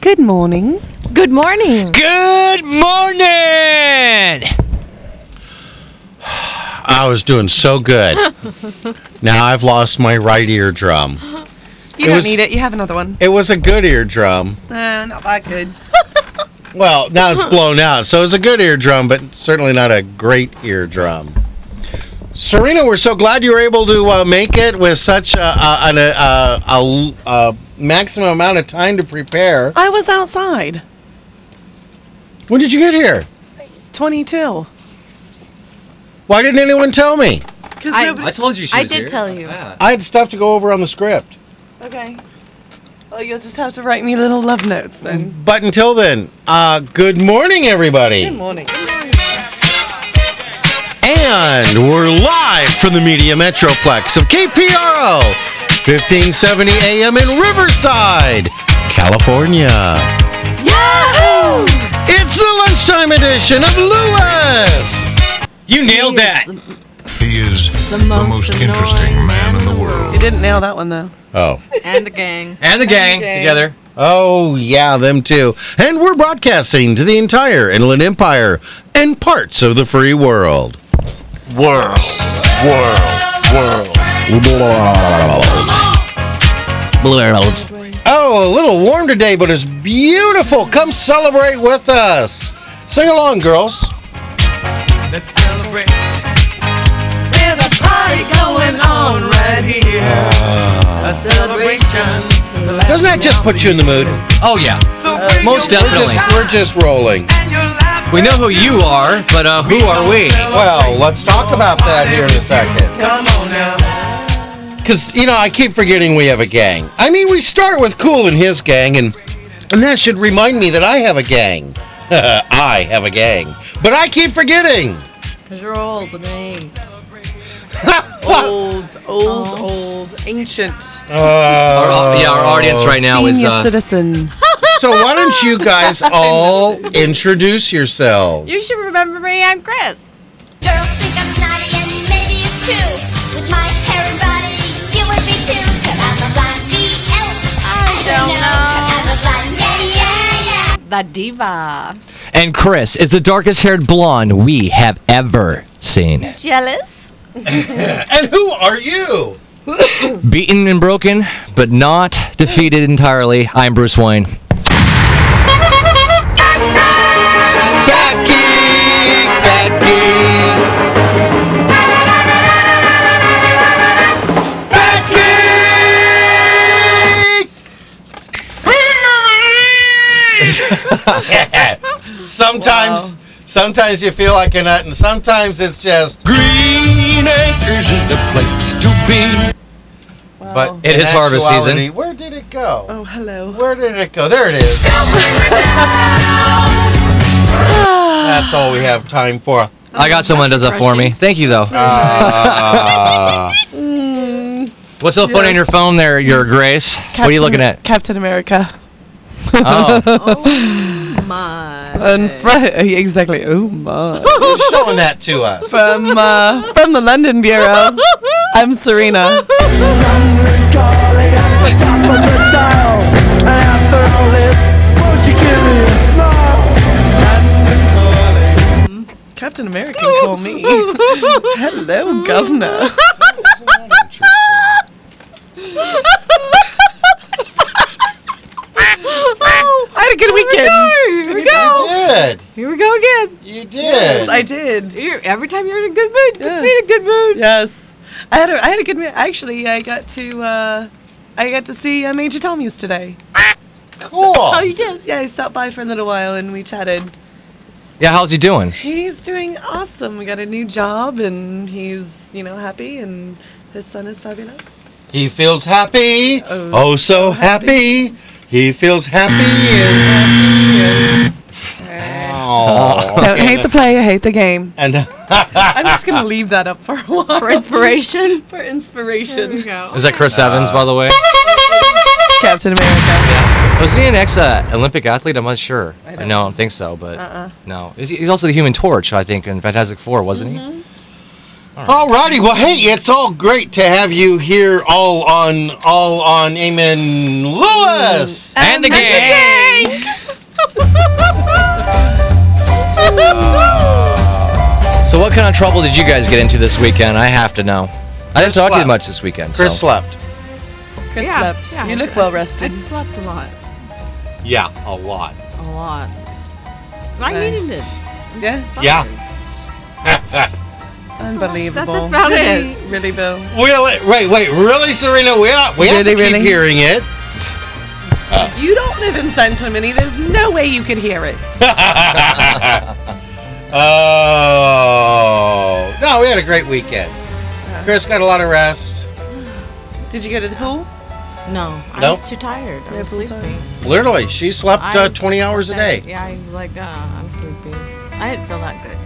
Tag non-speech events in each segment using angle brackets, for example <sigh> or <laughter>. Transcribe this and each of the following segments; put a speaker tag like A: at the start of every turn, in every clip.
A: Good morning.
B: Good morning.
C: Good morning. I was doing so good. now I've lost my right eardrum.
A: You
C: It
A: don't
C: was- Eh.
A: need it. You have another one.
C: It was a good eardrum.
A: Uh, not that good.
C: Well, now it's blown out. So it's a good eardrum, but certainly not a great eardrum. Serena, we're so glad you were able to uh, make it with such a, a, an, uh a, l- a maximum amount of time to prepare.
A: I was outside.
C: When did you get here?
A: 20 till.
C: Why didn't anyone tell me?
A: Because
B: I-
A: nobody.
D: I told you she
B: I
D: was
B: did
D: here.
B: tell
D: Not
B: you.
D: bad.
C: I had stuff to go over on the script.
A: Okay. Well, you'll just have to write me little love notes then.
C: But until then, uh, good morning, everybody.
A: Good morning.
C: And we're live from the Media Metroplex of KPRO, 1570 AM in Riverside, California.
A: Yahoo!
C: It's the lunchtime edition of Lewis.
D: You nailed that.
E: He is the most, interesting man in the world.
A: You didn't nail that one though.
C: Oh.
B: And the gang.
D: And the gang
A: gang.
D: together.
C: Oh, yeah, them too. And we're broadcasting to the entire Inland Empire and parts of the free world.
E: World, world, world.
C: Oh, a little warm today, but it's beautiful. Come celebrate with us. Sing along, girls.
F: There's a party going on right here. a celebration.
C: Doesn't that just put you in the mood?
D: Oh yeah.
F: So bring
D: most
F: your
D: definitely.
F: good
C: We're just rolling.
F: times and your laughter.
D: We know who you are, but uh, who are we?
C: Well, let's talk about that here in a second.
F: Come on now.
C: Because, you know, I keep forgetting we have a gang. I mean, we start with Cool and his gang, and, and that should remind me that I have a gang. <laughs> I have a gang. But I keep forgetting. <laughs>
B: Because you're old, but me.
A: Old, old, old, ancient.
D: Our,
G: uh,
D: au- yeah, our audience right now is
A: Senior
D: uh,
A: citizen.
C: <laughs> So why don't
D: <laughs>
C: you guys all introduce yourselves?
B: You should remember me. I'm Chris.
H: Girls think I'm snotty and maybe it's true. With my hair and body, you would be too. Cause I'm a blonde BL. I
B: don't
H: Cause I'm a blonde, yeah, yeah, yeah.
B: The diva.
G: And Chris is the darkest haired blonde we have ever seen.
B: Jealous?
C: And who are you?
G: Beaten and broken, but not defeated entirely. I'm Bruce Wayne.
C: Becky! Becky! Becky! <laughs> sometimes, sometimes you feel like a nut, and sometimes it's just Green Acres is the place to be. But
D: It
C: in
D: is harvest season.
C: actuality, Where did it go?
A: Oh, hello.
C: Where did it go? There it is. That's all we have time for.
G: I got someone that does that for me. Thank you, though.
C: Uh,
G: What's so funny on your phone there, Your Grace? what are you looking at?
A: Captain America.
G: Oh,
B: My.
A: And Fre- <laughs> exactly. Oh my. <laughs>
C: who's showing that to us?
G: Um,
A: from uh, from the London bureau. I'm Serena. Captain America call me. Hello, Governor. I had a good weekend.
B: Here we go.
C: You did.
B: Here we go again.
C: You did.
A: I did.
B: You're, every time you're in a good mood,
A: Yes.
B: it's me in a good mood.
A: Yes, I had a I had a good me- actually. I got to uh, I got to see uh, Major Tommy's today.
B: Oh, you
C: Cool.
B: did.
A: Yeah, he stopped by for a little while and we chatted.
G: yeah. How's he doing?
A: He's doing awesome. We got a new job and he's you know happy and his son is fabulous.
C: He feels happy.
A: Oh,
C: Oh, so happy. He feels happy and happy and. Aw.
A: <laughs> Don't hate the player, hate the game.
C: <laughs> And <laughs>
A: I'm just gonna leave that up for a while
B: For inspiration.
A: <laughs> for
B: There we <laughs>
A: inspiration.
B: go.
G: Is that Chris Evans, by the way?
A: Captain America.
G: Was he an ex uh, Olympic athlete? I'm not sure.
A: I
G: I
A: don't
G: no, I don't think so, but
A: Uh-uh.
G: no. Is he, he's also the Human Torch, I think, in Fantastic Four, wasn't he?
C: Alrighty, well, hey, it's all great to have you here, all on, all on, Amen, Lewis.
A: Mm.
G: And the gang. So what kind of trouble did you guys get into this weekend? I have to know. I didn't
C: Chris
G: talk to you
C: slept.
G: much this weekend.
C: Chris
G: so.
C: slept.
A: Chris
B: Yeah,
A: slept.
B: yeah.
A: you look well rested.
B: I slept a lot.
C: Yeah, a lot.
B: A lot. I
A: Nice.
B: needed it.
A: yeah,
C: <laughs> Yeah.
B: That's
A: unbelievable.
B: about
A: really,
B: it.
A: really, Bill.
C: Really? Wait, wait. Really, Serena? We have, we have to
A: Really,
C: keep
A: really?
C: hearing <laughs> it.
A: You don't live in San Clemente. There's no way you could hear it.
C: Oh. No, we had a great weekend. Chris got a lot of rest.
A: Did you go to the pool?
B: No, I
C: Nope.
B: was too tired. I
A: Yeah,
B: was
A: I'm sorry.
B: sleepy.
C: Literally, she slept
B: I-
C: uh, 20 hours a day.
B: Yeah, I was like, uh, I'm sleepy. I didn't feel that good.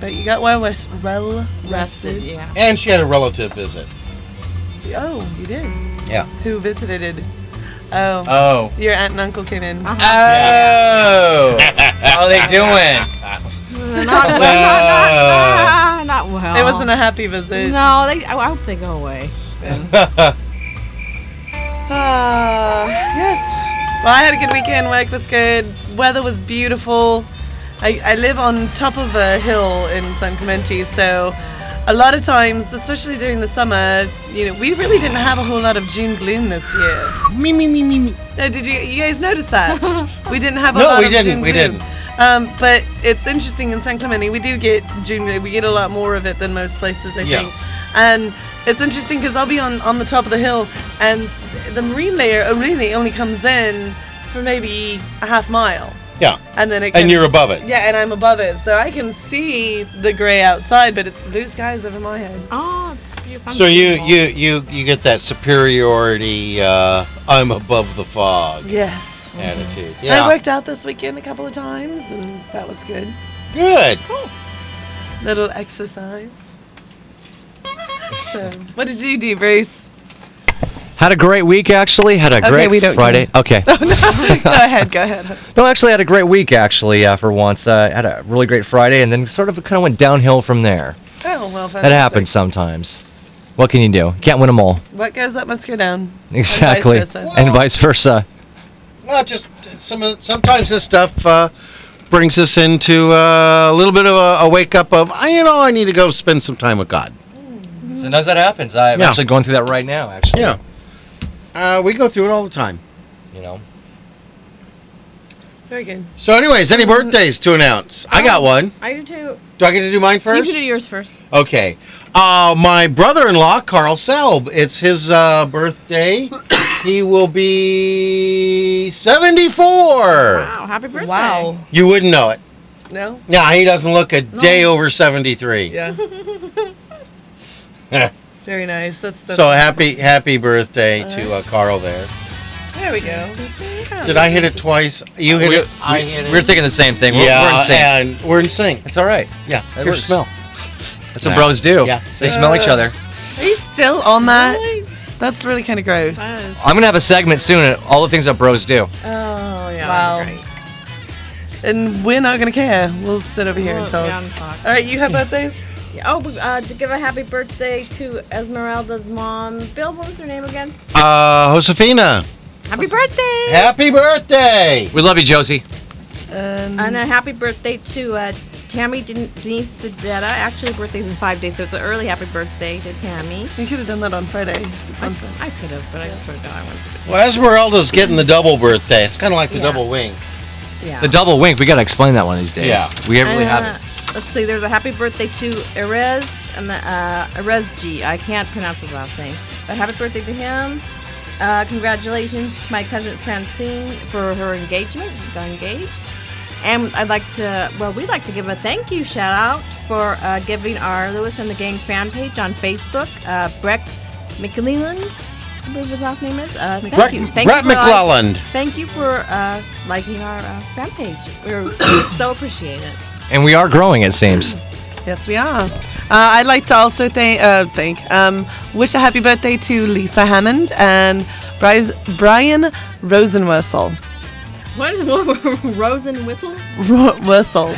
A: But you got well, res- well
B: Rested,
A: rested.
B: yeah.
C: And she had a relative visit.
A: Oh, you did.
C: Yeah.
A: Who visited? Oh,
G: Uh,
D: Oh.
A: your aunt and uncle came in.
B: Uh-huh.
D: Oh. How are they doing?
B: not, not, not,
C: Well.
B: not, not well.
A: It wasn't a happy visit.
B: No, they. I, I hope they go away.
A: Ah, yes. Well, I had a good weekend. Work was good. Weather was beautiful. I, I live on top of a hill in San Clemente, so a lot of times, especially during the summer, you know, we really didn't have a whole lot of June gloom this year.
C: Me, me, me, me, me.
A: No, did you you guys notice that? we didn't have a
C: No,
A: lot
C: we
A: of
C: didn't,
A: June
C: we
A: gloom.
C: didn't.
A: Um, but it's interesting in San Clemente we do get June gloom. We get a lot more of it than most places, I
C: Yeah.
A: think. And it's interesting because I'll be on on the top of the hill, and the marine layer really only comes in for maybe a half mile,
C: Yeah.
A: and then it.
C: And
A: goes-
C: you're above it.
A: yeah, and I'm above it, so I can see the gray outside, but it's blue skies over my head.
B: Oh, it's beautiful.
C: So you you you you get that superiority. Uh, I'm above the fog
A: Yes.
C: attitude.
A: And I
C: Yeah,
A: worked out this weekend a couple of times, and that was good.
C: good.
A: little exercise. So, what did you do, Bruce? <laughs>
G: Had a great week actually. Had a
A: Okay,
G: great
A: we don't
G: Friday. Okay.
A: go ahead, go ahead.
G: No, actually, I had a great week. Actually, uh, for once, uh, had a really great Friday, and then sort of kind of went downhill from there.
A: Oh well, fantastic.
G: That happens sometimes. What can you do? Can't win them all.
A: What goes up must go down.
G: Exactly,
A: And vice versa.
G: and vice versa.
C: Well, just some of- sometimes this stuff uh, brings us into uh, a little bit of a, a wake up of "I- you know I need to go spend some time with God.
G: Sometimes that happens. I'm
C: Yeah.
G: actually going through that right now. Actually,
C: Yeah, uh, we go through it all the time.
G: You know,
A: Very good.
C: So, anyways, any birthdays to announce? I got one.
B: I do too.
C: Do I get to do mine first?
B: Um, You can do yours first.
C: Okay. Uh, my brother in law, Carl Selb, it's his uh, birthday. he will be 74.
B: Wow, happy birthday.
C: You wouldn't know it.
A: No.
C: No, he doesn't look a day over 73.
A: <laughs> Yeah. Very nice. That's the.
C: So happy, happy birthday to uh, Carl there.
A: there we go.
C: Did I hit it twice? You hit
G: we're,
C: it. I hit
G: we're
C: it.
G: thinking the same thing. We're,
C: yeah,
G: we're in sync.
C: and we're in sync.
G: it's all right.
C: Yeah,
G: That
C: your
G: works.
C: smell.
G: That's what
C: Nah.
G: bros do.
C: Yeah,
G: they
C: same.
G: smell each other.
A: Are you still on that? That's really kind of gross.
G: I'm gonna have a segment soon. at All the things that bros do.
B: Oh yeah.
A: Wow. And we're not gonna care. We'll sit over here and talk. All right, you have <laughs> birthdays.
B: Oh, uh, to give a happy birthday to Esmeralda's mom. Bill, what was her name again?
C: Uh, Josefina,
B: Happy birthday!
C: happy birthday.
G: We love you, Josie.
A: And
B: And a happy birthday to uh, Tammy Den- Denise Sedetta. Actually, her birthday's in five days, so it's an early happy birthday to Tammy.
A: you could have done that on Friday. Something.
B: I could have, but I just wanted to. I wanted to.
C: Well, Esmeralda's getting the double birthday. It's kind of like the double wing.
B: Yeah.
G: The double wink. We gotta explain that one of these days.
C: Yeah.
G: we
B: And,
G: really haven't.
B: uh, Let's see. There's a happy birthday to Erez um, uh, Erez G. I can't pronounce his last name, but happy birthday to him. Uh, congratulations to my cousin Francine for her engagement. She got engaged. And I'd like to, well, we'd like to give a thank you shout out for uh, giving our Lewis and the Gang fan page on Facebook, uh, Breck McLeland, I believe his last name is. Uh, thank
C: Brett,
B: you. Thank you
C: Brett
B: for like-
C: McClelland.
B: Thank you for uh, liking our uh, fan page. We're <coughs> so appreciate it.
G: And we are growing. It seems.
A: Yes, we are. Uh, I'd like to also thank, uh, thank, um, wish a happy birthday to Lisa Hammond and Bryce, Brian Rosenwurzel.
B: What is what, <laughs> Rose and Whistle?
A: Ro- Wurzel.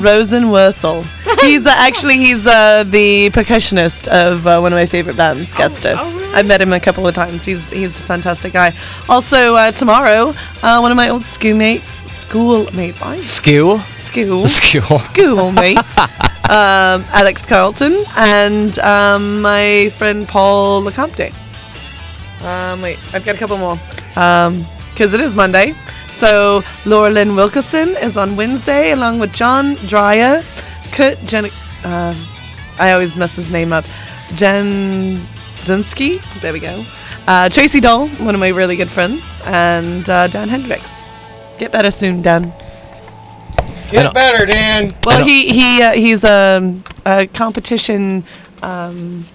A: Rosenwurzel. He's uh, actually he's uh, the percussionist of uh, one of my favorite bands, Gustav.
B: oh, really?
A: I've met him a couple of times. He's he's a fantastic guy. Also uh, tomorrow, uh, one of my old schoolmates, schoolmates, I
G: Skew.
A: school.
G: School.
A: Schoolmates. um, Alex Carlton and um, my friend Paul LeCompte. Um, wait, I've got a couple more. Because it is Monday. So Laura Lynn Wilkerson is on Wednesday along with John Dreyer, Kurt Jen. Uh, I always mess his name up. Jen Zinski. There we go. Uh, Tracy Doll, one of my really good friends, and uh, Dan Hendricks. Get better soon, Dan.
C: Get better, Dan.
A: Well,
G: don't-
A: he he uh, he's um, a competition um,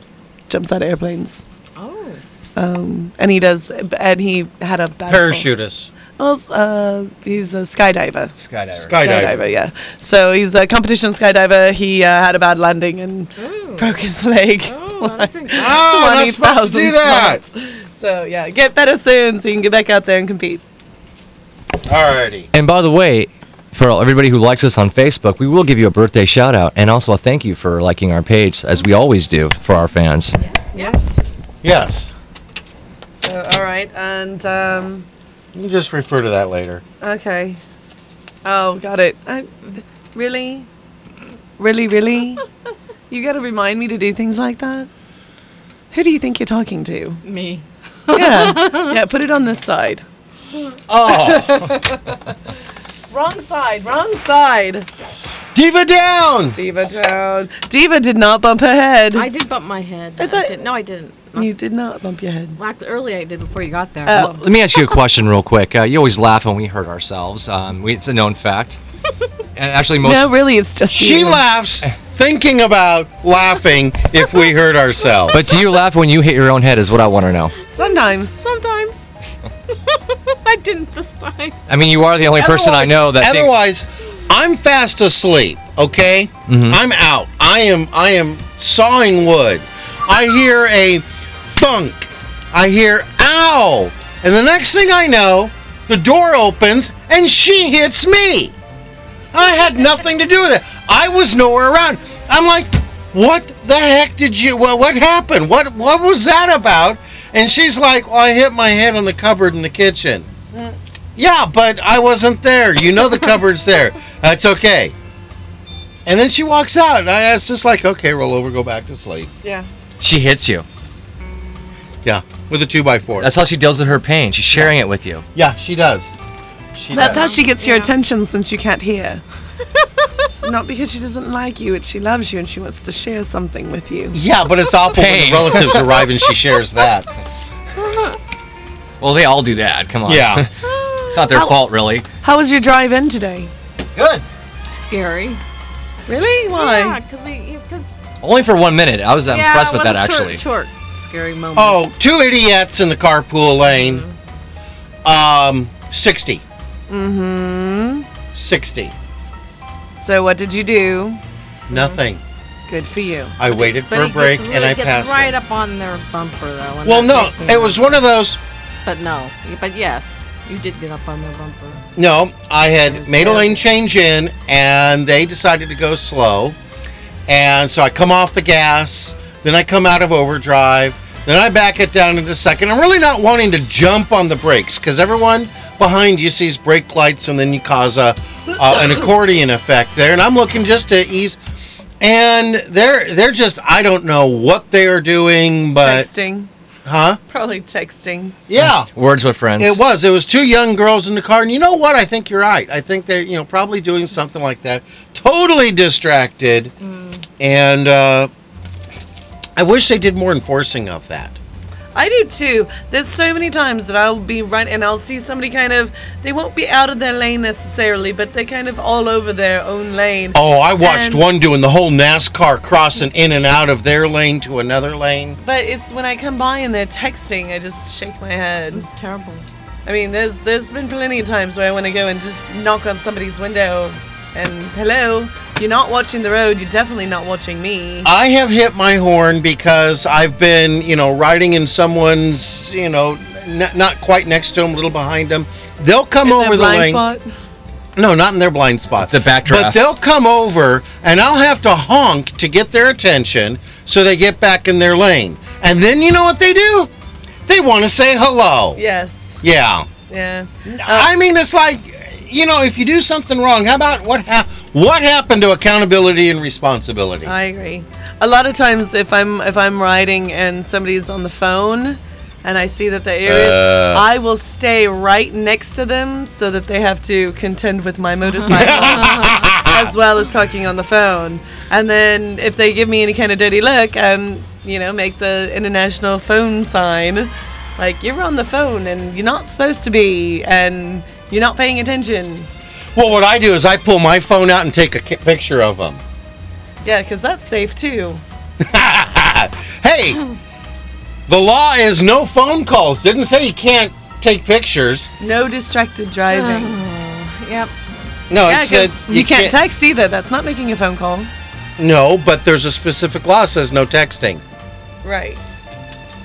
A: jumps out of airplanes.
B: Oh.
A: Um, and he does, and he had a battle.
C: Parachutist.
A: Well, uh, he's a skydiver.
D: Skydiver.
C: Skydiver.
A: Skydiver, yeah. So he's a competition skydiver. He uh, had a bad landing and broke his leg. <laughs>
B: Oh, that's inc-
C: Oh, we're not supposed to
A: 20,000
C: do that.
A: So yeah, get better soon so you can get back out there and compete.
C: Alrighty.
G: And by the way, for everybody who likes us on Facebook, we will give you a birthday shout out and also a thank you for liking our page, as we always do for our fans.
A: Yes.
C: Yes.
A: So all right, and um,
C: You just refer to that later.
A: okay. Oh, got it. I, really, really, really. you got to remind me to do things like that. Who do you think you're talking to?
B: me.
A: <laughs> Yeah, yeah. Put it on this side.
C: Oh,
A: Wrong side. Wrong side.
C: Diva down.
A: Diva down. Diva did not bump her head.
B: <laughs> I did bump my head. I
A: thought-
B: didn't. No, I didn't.
A: you did not bump your head.
B: Well, actually, early I did before you got there.
A: Oh.
G: Well, let me ask you a question real quick. Uh, you always laugh when we hurt ourselves. Um, we, it's a known fact. and actually, most
A: No, really, it's just
C: She
A: you.
C: laughs thinking about laughing if we hurt ourselves.
G: But do you laugh when you hit your own head? Is what I want to know.
A: Sometimes.
B: Sometimes. <laughs> I didn't this time.
G: I mean, you are the only person I know that. thinks-
C: Otherwise, I'm fast asleep. Okay,
G: Mm-hmm.
C: I'm out. I am. I am sawing wood. I hear a thunk. I hear ow, and the next thing I know, the door opens and she hits me. I had nothing to do with it. I was nowhere around. I'm like, what the heck did you? Well, what happened? What what was that about? And she's like, well, I hit my head on the cupboard in the kitchen. Yeah, but I wasn't there. You know the cupboard's there. That's okay. And then she walks out, and I was just like, okay, roll over, go back to sleep.
A: Yeah.
G: she hits you.
C: Yeah, with a two by four.
G: That's how she deals with her pain. She's sharing it with you.
C: yeah, she does. She
A: That's how
C: does.
A: she gets your attention since you can't <laughs> hear. It's not because she doesn't like you, it's she loves you and she wants to share something with you.
C: yeah, but it's awful when
G: Pain.
C: the relatives arrive and she shares that.
G: <laughs> Well, they all do that. Come on.
C: Yeah.
G: <laughs> it's not their
A: How-
G: fault, really.
A: How was your drive in today?
C: Good.
B: Scary.
A: Really?
B: Yeah,
A: Why?
B: because we. Because.
G: Only for one minute. I was impressed with that, actually.
B: Short, scary moment.
C: Oh, two idiots in the carpool lane. Um, 60.
A: Mm-hmm.
C: 60.
A: So what did you do?
C: Nothing.
A: Good for you.
C: I waited
B: But
C: for a
B: it
C: break
B: gets,
C: and
B: really
C: I
B: gets
C: passed. it.
B: right up on their bumper though. and
C: well,
B: that
C: no,
B: makes me
C: it was
B: mad.
C: one of those.
B: But no, but yes, you did get up on their bumper.
C: No, I had
B: was
C: made a
B: terrible.
C: lane change in, and they decided to go slow. And so I come off the gas, then I come out of overdrive, then I back it down into second. I'm really not wanting to jump on the brakes because everyone behind you sees brake lights, and then you cause a uh, an accordion effect there. And I'm looking just to ease, and they're they're just I don't know what they are doing, but
A: texting.
C: Uh, huh?
A: Probably texting.
C: Yeah.
G: Words with friends.
C: It was. It was two young girls in the car, and you know what? I think you're right. I think they're you know probably doing something like that. Totally distracted,
A: Mm.
C: and uh, I wish they did more enforcing of that.
A: I do too. There's so many times that I'll be right and I'll see somebody kind of they won't be out of their lane necessarily, but they're kind of all over their own lane.
C: Oh, I watched
A: And-
C: one doing the whole NASCAR crossing in and out of their lane to another lane.
A: But it's when I come by and they're texting, I just shake my head.
B: It was terrible.
A: I mean, there's there's been plenty of times where I want to go and just knock on somebody's window and hello, you're not watching the road. You're definitely not watching me.
C: I have hit my horn because I've been, you know, riding in someone's, you know, n- not quite next to them, a little behind them. They'll come
A: In their
C: over the
A: blind
C: lane.
A: spot.
C: No, not in their blind spot.
G: The backdraft.
C: But they'll come over and I'll have to honk to get their attention so they get back in their lane. And then you know what they do? They want to say hello.
A: Yes.
C: Yeah.
A: Yeah. Uh,
C: I mean, it's like, you know, if you do something wrong, how about what hap- What happened to accountability and responsibility?
A: I agree. A lot of times, if I'm if I'm riding and somebody's on the phone, and I see that the area,
C: Uh.
A: I will stay right next to them so that they have to contend with my motorcycle. As well as talking on the phone, and then if they give me any kind of dirty look, um, you know, make the international phone sign, like you're on the phone and you're not supposed to be, and you're not paying attention.
C: well, what I do is I pull my phone out and take a ca- picture of them.
A: Yeah, because that's safe too.
C: <laughs> hey, the law is no phone calls. Didn't say you can't take pictures.
A: No distracted driving.
B: Yep.
C: No,
A: Yeah,
C: it said
A: 'cause you, can't, text either. That's not making a phone call.
C: No, but there's a specific law that says no texting,
A: Right.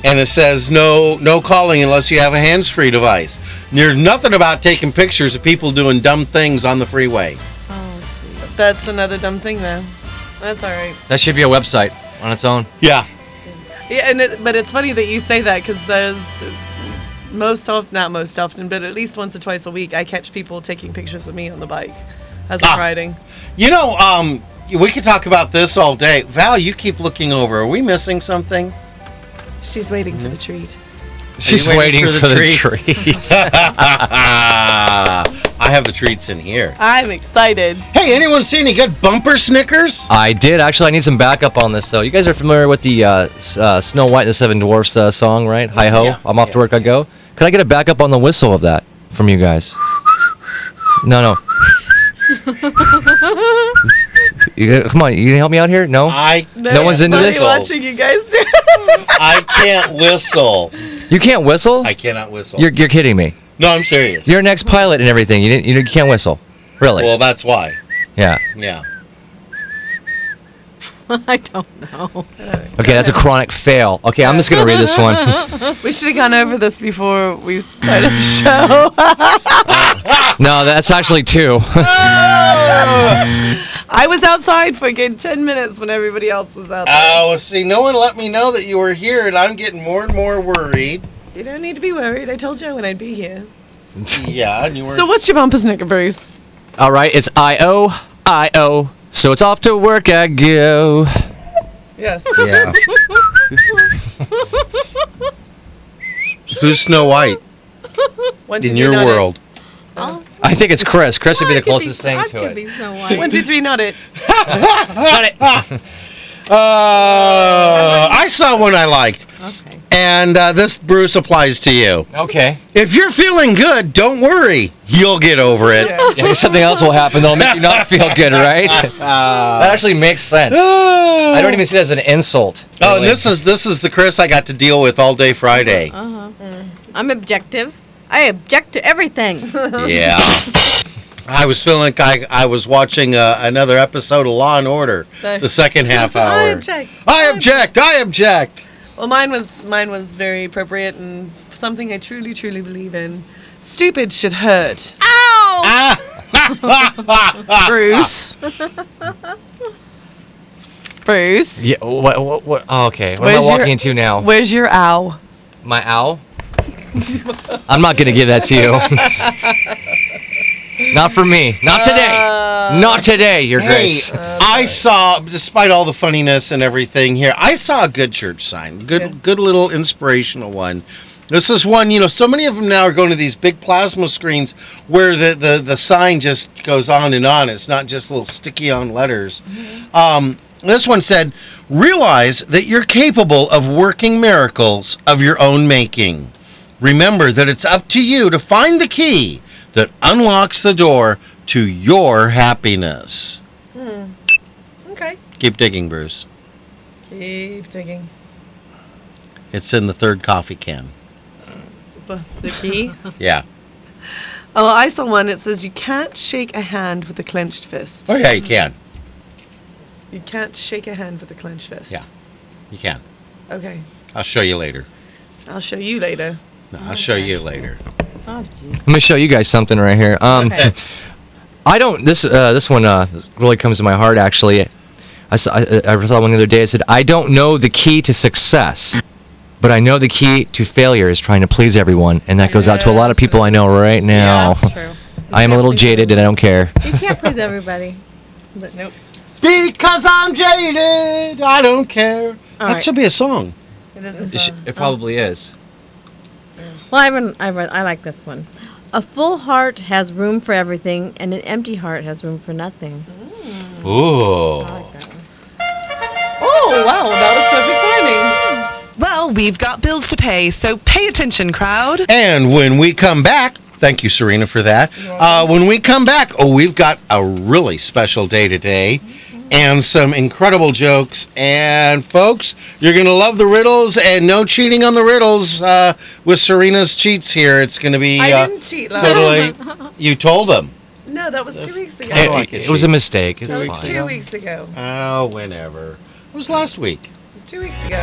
C: and it says no no calling unless you have a hands-free device. There's nothing about taking pictures of people doing dumb things on the freeway.
A: That's another dumb thing, though. That's all right.
G: That should be a website on its own.
C: Yeah.
A: Yeah, and it, but it's funny that you say that because there's most often, not most often, but at least once or twice a week, I catch people taking pictures of me on the bike as
C: Ah.
A: I'm riding.
C: You know, um, we could talk about this all day. Val, you keep looking over. Are we missing something? <laughs>
A: She's waiting for the treat.
G: She's
C: waiting
G: waiting,
C: for the
G: for the,
C: tree? <laughs>
G: treat.
C: I have the treats in here.
A: I'm excited.
C: Hey, anyone see any good bumper Snickers?
G: <laughs> I did actually. I need some backup on this though. You guys are familiar with the uh, S- uh, Snow White and the Seven Dwarfs uh, song, right? Hi ho!
C: Yeah,
G: I'm off to
C: yeah,
G: work. I go. Could I get a backup on the whistle of that from you guys? No,
C: <laughs>
G: no. You- come on, you can help me out here. No,
C: I
G: No one's into
A: Funny
G: this?
A: watching you guys do.
C: <laughs> I can't whistle.
G: you can't whistle.
C: I cannot whistle.
G: You're, you're kidding me.
C: no, I'm serious.
G: You're an ex-pilot and everything. You didn't. You can't whistle. Really?
C: well, that's why.
G: yeah.
C: Yeah.
B: I don't know.
G: Okay, that's a chronic fail. Okay, I'm just gonna read
C: <laughs>
G: this one.
A: we should have gone over this before we started the show.
G: no, that's actually two. <laughs>
A: I was outside for a good 10 minutes when everybody else was out there.
C: Oh, well, see, no one let me know that you were here, and I'm getting more and more worried.
A: You don't need to be worried. I told you when I'd be here.
C: Yeah, and you were.
A: So what's your bumper snicker, Bruce?
G: All right, it's I O I O. So it's off to work I go.
A: Yes.
C: <laughs> yeah. Who's Snow White
A: One, two,
C: in
A: three,
C: your
A: nod it.
C: world?
G: I think it's Chris. Chris would be
B: I
G: the
B: could be-
G: closest thing
B: I
G: to
B: could
G: it. <laughs>
B: be Snow
A: One,
B: White.
A: two, three, not it.
C: Uh, I saw one I liked,
B: okay.
C: and uh, this Bruce applies to you.
G: Okay.
C: If you're feeling good, don't worry, you'll get over it.
G: Yeah, something else will happen that'll make you not feel good, right?
C: Uh, oh,
G: that actually makes sense. I don't even see that as an insult.
C: Oh, and
G: really.
C: this is this is the Chris I got to deal with all day Friday.
B: I'm objective. I object to <laughs> everything.
C: Yeah. I was feeling like I, I was watching uh, another episode of Law and Order, the second <laughs> half hour.
A: I object.
C: I object. I object.
A: Well, mine was mine was very appropriate and something I truly, truly believe in. Stupid should hurt,
B: Ow!
A: <laughs>
C: <laughs>
A: Bruce. Bruce,
G: Yeah, what, what, what, oh, okay. What
A: Where's
G: am I
A: your-
G: walking into now?
A: where's your owl?
G: My owl? I'm not going to give that to you. <laughs> not for me. Not today. not today, Your
C: Hey, uh,
G: Grace.
C: I saw, despite all the funniness and everything here, I saw a good church sign. Good, good little inspirational one. This is one, you know, so many of them now are going to these big plasma screens where the, the, the sign just goes on and on. It's not just little sticky on letters. Um, this one said, Realize that you're capable of working miracles of your own making. Remember that it's up to you to find the key that unlocks the door to your happiness.
A: Okay.
C: Keep digging, Bruce.
A: Keep digging.
C: It's in the third coffee can.
A: The the key.
C: Yeah.
A: <laughs> oh, I saw one. It says you can't shake a hand with a clenched fist.
C: Oh yeah, you can.
A: You can't shake a hand with a clenched fist.
C: Yeah. You can.
A: Okay.
C: I'll show you later.
A: I'll show you later.
C: No, I'll show you later.
G: Let me show you guys something right here. Um, <laughs> I don't. This uh, this one uh, really comes to my heart. Actually, I saw I, I saw one the other day. It said, "I don't know the key to success, but I know the key to failure is trying to please everyone," and that goes out to a lot of people I know right now.
B: That's true.
G: <laughs> I am a little
B: Exactly.
G: jaded, and I don't care.
B: You can't please everybody. But nope.
C: Because I'm jaded, I don't care. that
B: right.
C: should be a song.
A: It is a
G: It, sh-
A: song.
G: it probably is.
B: Well, I, run, I, run, I like this one. A full heart has room for everything, and an empty heart has room for nothing.
C: Ooh.
A: Oh, wow, that was perfect timing. Well, we've got bills to pay, so pay attention, crowd.
C: And when we come back, thank you, Serena, for that. Uh, when we come back, oh, we've got a really special day today
A: Mm-hmm.
C: and some incredible jokes. And folks, you're going to love the riddles and no cheating on the riddles uh, with Serena's cheats here. It's going to be
A: I
C: uh,
A: didn't cheat last
C: totally. You told them.
A: No, that was two weeks ago.
C: I like
G: It,
C: it,
G: it was a
C: Chief.
G: mistake. It's
A: that was
G: fine.
A: two weeks ago.
C: Oh, whenever. It was last week.
A: It was two weeks ago.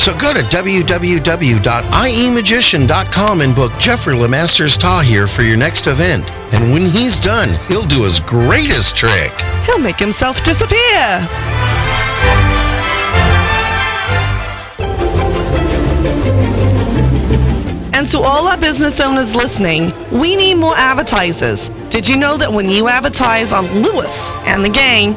C: So go to E www.iemagician.com and book Jeffrey Lemasters Tahir for your next event. And when he's done, he'll do his greatest trick.
F: He'll make himself disappear. And to all our business owners listening, we need more advertisers. Did you know that when you advertise on Lewis and the Gang,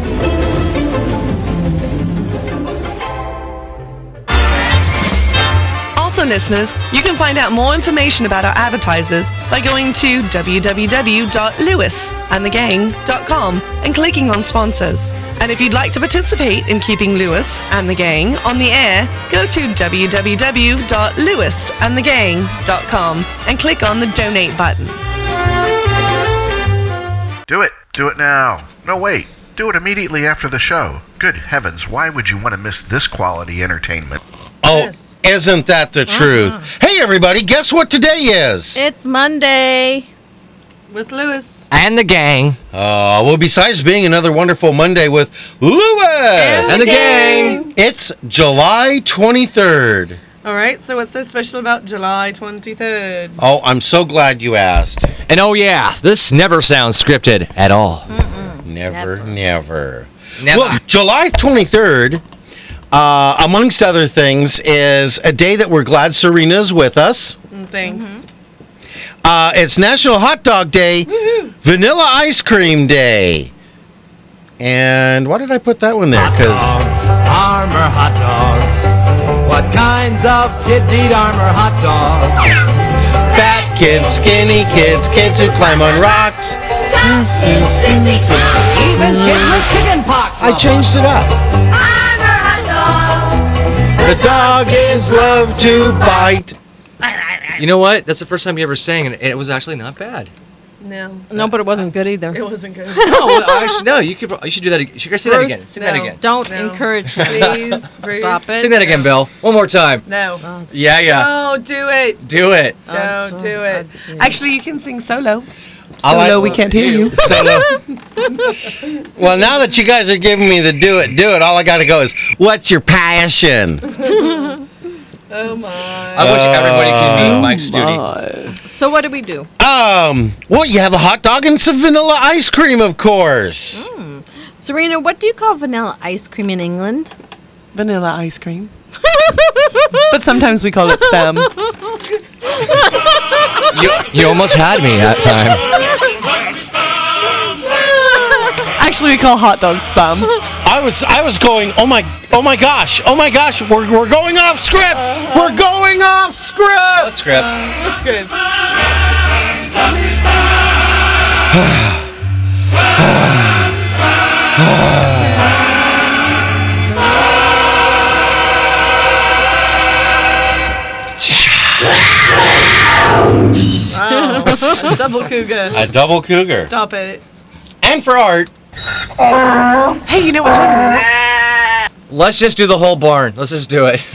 F: Also, listeners, you can find out more information about our advertisers by going to www.lewisandthegang.com and clicking on sponsors. And if you'd like to participate in keeping Lewis and the Gang on the air, go to www.lewisandthegang.com and click on the donate button.
E: Do it. Do it now. No, wait. Do it immediately after the show. Good heavens, why would you want to miss this quality entertainment?
C: Oh, isn't that the truth? Hey, everybody, guess what today is?
B: It's Monday.
A: With Lewis.
G: And the gang.
C: Uh, well, besides being another wonderful Monday with Lewis,
G: And the gang.
C: it's July 23rd.
A: All right, so what's so special about July 23rd?
C: Oh, I'm so glad you asked.
G: And oh, yeah, this never sounds scripted at all.
C: Never, never.
D: Never.
C: Well, July 23rd, uh, amongst other things, is a day that we're glad Serena's with us.
A: Mm, Thanks.
C: Uh, it's National Hot Dog Day, Vanilla Ice Cream Day. And why did I put that one there? Because
F: Armor hot dogs. What kinds of kids eat armor hot dogs?
C: fat kids, skinny kids, kids who climb on rocks.
F: Even kids with chicken pox.
C: I changed it up. The dogs is love to bite.
G: You know what? That's the first time you ever sang, and it was actually not bad.
A: <laughs> No,
B: No, but it wasn't good either.
A: it wasn't <laughs> good.
G: No, well, actually, no. You could. You should do that. ag- You should say that again. Sing that
A: no.
G: again.
B: Don't
A: No.
B: encourage
A: <laughs>
B: me.
A: Please, Bruce.
B: Stop it.
G: Sing that again, Bill. One more time.
A: No.
G: Yeah, yeah.
A: Oh, do it.
G: Do it.
A: Don't
B: Don't
A: do it.
B: touch it.
A: Actually, you can sing solo.
C: I like-
A: can't hear you.
C: Solo. well, now that you guys are giving me the do it, do it, all I got to go is, what's your passion?
I: Oh my.
D: I wish everybody could
C: Uh,
A: Oh
D: meet Mike Studi.
B: So what do we do?
C: Um, well, you have a hot dog and some vanilla ice cream, of course.
B: Serena, what do you call vanilla ice cream in England?
A: Vanilla ice cream. but sometimes we call it spam.
G: You, you almost had me that time.
A: Actually, we call hot dogs spam.
C: I was I was going, oh my oh my gosh, oh my gosh, we're, we're going off script. We're going off script.
D: What script?
A: That's good. Wow. Double cougar.
C: A double cougar.
A: Stop it.
C: And for art.
A: Hey, you know what's wrong?
G: Let's just do the whole barn. Let's just do it.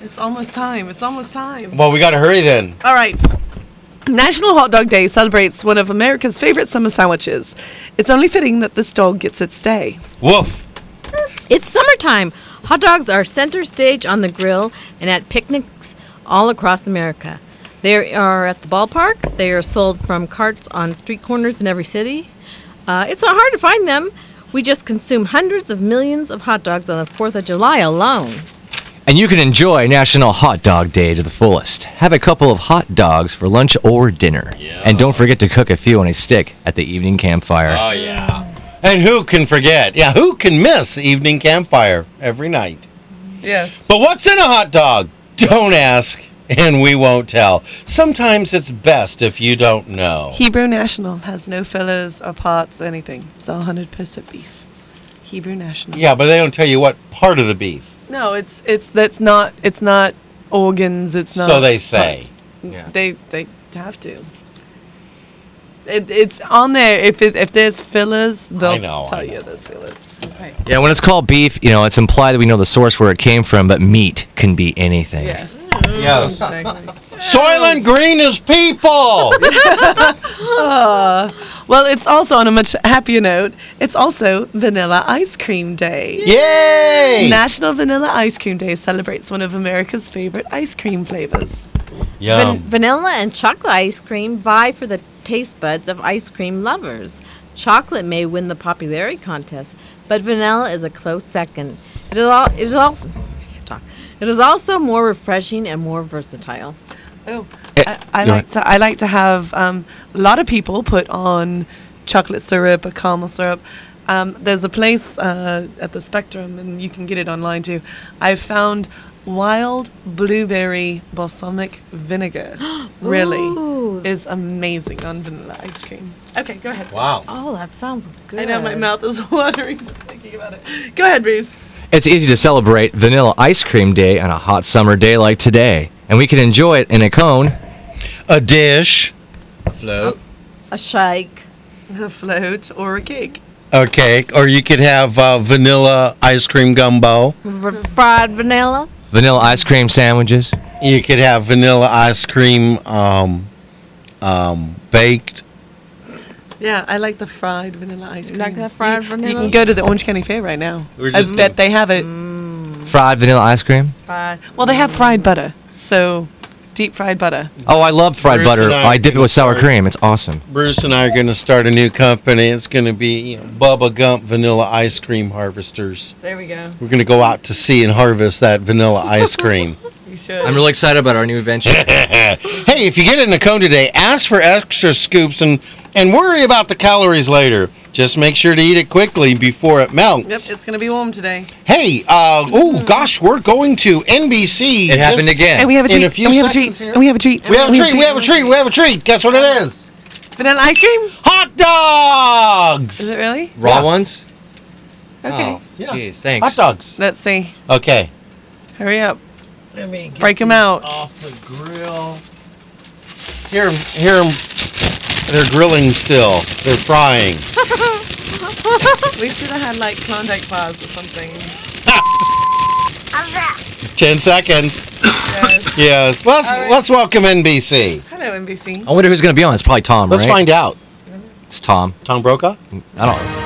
A: It's almost time. It's almost time.
C: Well, we gotta hurry then.
A: All right. National Hot Dog Day celebrates one of America's favorite summer sandwiches. It's only fitting that this dog gets its day.
C: Woof.
B: It's summertime. Hot dogs are center stage on the grill and at picnics all across America. They are at the ballpark. They are sold from carts on street corners in every city. Uh, it's not hard to find them. We just consume hundreds of millions of hot dogs on the 4th of July alone.
G: And you can enjoy National Hot Dog Day to the fullest. Have a couple of hot dogs for lunch or dinner. And don't forget to cook a few on a stick at the evening campfire.
C: Oh yeah. And who can forget? Yeah, who can miss evening campfire every night?
A: Yes.
C: But what's in a hot dog? Don't ask, and we won't tell. Sometimes it's best if you don't know.
A: Hebrew National has no fillers or parts, anything. It's all 100% beef. Hebrew National.
C: Yeah, but they don't tell you what part of the beef.
A: No, it's it's that's not it's not organs. It's not.
C: So they say.
A: parts. They they have to. It, it's on there. If it, if there's fillers, they'll
C: know,
A: tell
C: I
A: you there's fillers.
G: Yeah, when it's called beef, you know, it's implied that we know the source where it came from, but meat can be anything.
A: Yes.
C: Yes.
A: Exactly.
C: Soylent Green is people.
A: <laughs> well, it's also on a much happier note. It's also Vanilla Ice Cream Day.
C: Yay!
A: National Vanilla Ice Cream Day celebrates one of America's favorite ice cream flavors.
B: Van-
C: Yum.
B: vanilla and chocolate ice cream vie for the taste buds of ice cream lovers. Chocolate may win the popularity contest, but vanilla is a close second. It is, al- it is also talk. It is also more refreshing and more versatile.
A: Oh,
G: Eh,
A: I, I
G: you're
A: like to. I like to have um, a lot of people put on chocolate syrup or caramel syrup. Um, there's a place uh, at the Spectrum, and you can get it online too. I found wild blueberry balsamic
G: <gasps>
A: vinegar.
B: Ooh.
A: really, is amazing on vanilla ice cream. Okay, go ahead.
C: Wow.
B: Oh, that sounds good.
A: I know my mouth is <laughs> watering just thinking about it. Go ahead, Bruce.
G: It's easy to celebrate Vanilla Ice Cream Day on a hot summer day like today. And we can enjoy it in a cone.
C: A dish.
D: Float.
B: A shake.
A: A float or a cake.
C: A cake, or you could have uh, vanilla ice cream gumbo.
B: v- fried vanilla.
G: Vanilla ice cream sandwiches.
C: You could have vanilla ice cream um, um, baked.
A: Yeah, I like the fried vanilla ice cream.
B: like that fried
A: You- You
B: vanilla?
A: can go to the Orange County Fair right now.
C: We're
A: I
C: just-
A: bet they have it.
G: Fried vanilla ice cream.
A: Fried. Well, they have fried butter, so deep fried butter.
G: Oh, I love fried
C: Bruce
G: butter.
C: and I
G: I dip it with sour
C: are-
G: cream. It's awesome.
C: Bruce and I are going to start a new company. It's going to be you know, Bubba Gump Vanilla Ice Cream Harvesters.
A: There we go.
C: We're going to go out to sea and harvest that vanilla ice
D: <laughs>
C: cream.
A: You should.
G: I'm really excited about our new <laughs> adventure.
C: hey, if you get it in a cone today, ask for extra scoops and and worry about the calories later. Just make sure to eat it quickly before it melts.
A: Yep, it's gonna be warm today.
C: Hey, uh, oh gosh, we're going to NBC.
D: Mm-hmm. It happened
C: just-
D: again.
A: And we have a
C: In
A: treat.
C: a few
A: and we have a
C: seconds
A: treat.
C: here.
A: And we have a treat.
C: We have a treat. We have a treat. We have a treat. Guess what it is?
A: Vanilla ice cream.
C: Hot dogs.
A: Is it really?
D: Raw
C: Yeah.
D: ones?
A: Okay.
D: Oh,
C: Yeah.
D: jeez, thanks.
C: Hot dogs.
A: Let's see.
C: Okay.
A: Hurry up.
C: Let me get
A: Break 'em
C: these
A: out.
C: Off the grill. Hear 'em- hear 'em. They're grilling still. They're frying.
A: We should have had like Klondike bars or something.
C: Ten seconds.
A: Yes.
C: Yes. Let's
A: All right.
C: let's welcome NBC.
A: Hello, NBC.
G: I wonder who's going to be on. It's probably Tom,
C: Let's
G: right?
C: find out.
G: It's Tom.
C: Tom Brokaw.
G: I don't.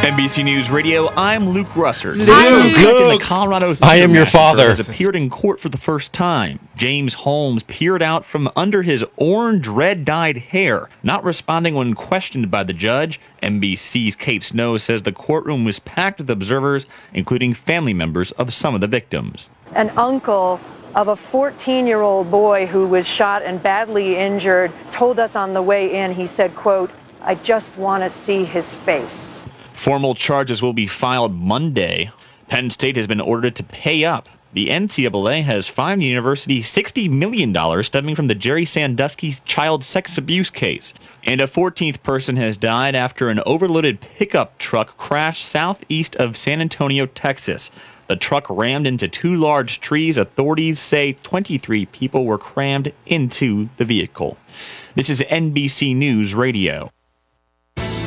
J: NBC News Radio, I'm Luke Russert.
C: Luke.
J: Shows back in the
C: Luke.
J: Colorado
C: I am
J: Thunder
C: your
J: Massacre
C: father.
J: Has appeared in court for the first time. James Holmes peered out from under his orange red dyed hair, not responding when questioned by the judge. NBC's Kate Snow says the courtroom was packed with observers, including family members of some of the victims.
K: an uncle of a 14 year old boy who was shot and badly injured told us on the way in he said quote i just want to see his face
J: Formal charges will be filed Monday. Penn State has been ordered to pay up. The NCAA has fined the university $60 million stemming from the Jerry Sandusky child sex abuse case. And a 14th person has died after an overloaded pickup truck crashed southeast of San Antonio, Texas. The truck rammed into two large trees. Authorities say 23 people were crammed into the vehicle. This is NBC News Radio.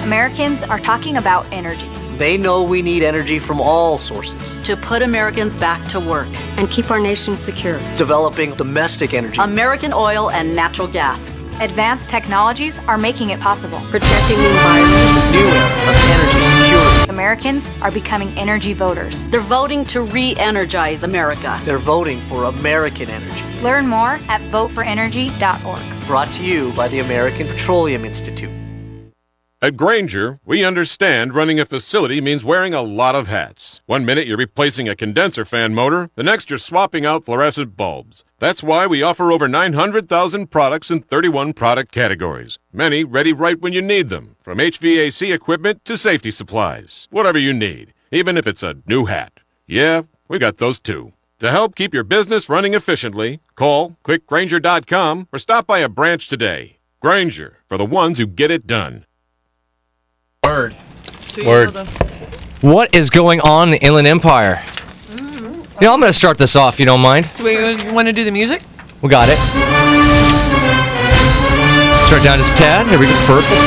L: Americans are talking about energy
M: They know we need energy from all sources,
L: to put Americans back to work and keep our nation secure.
M: developing domestic energy.
L: American oil and natural gas. Advanced technologies are making it possible. Protecting the environment.
M: New era of energy security.
L: Americans are becoming energy voters. They're voting to re energize America.
M: They're voting for American energy.
L: Learn more at voteforenergy.org.
M: Brought to you by the American Petroleum Institute.
H: At Granger, we understand running a facility means wearing a lot of hats. One minute you're replacing a condenser fan motor, the next you're swapping out fluorescent bulbs. That's why we offer over 900,000 products in 31 product categories, many ready right when you need them, from HVAC equipment to safety supplies. Whatever you need, even if it's a new hat. Yeah, we got those too. To help keep your business running efficiently, call clickgranger.com or stop by a branch today. Granger, for the ones who get it done.
D: Word.
G: Word. What is going on in the Inland Empire? You know, I'm going to start this off, you don't mind.
A: Do we want to do the music?
G: We got it. Start down just a tad. Here we go. Perfect.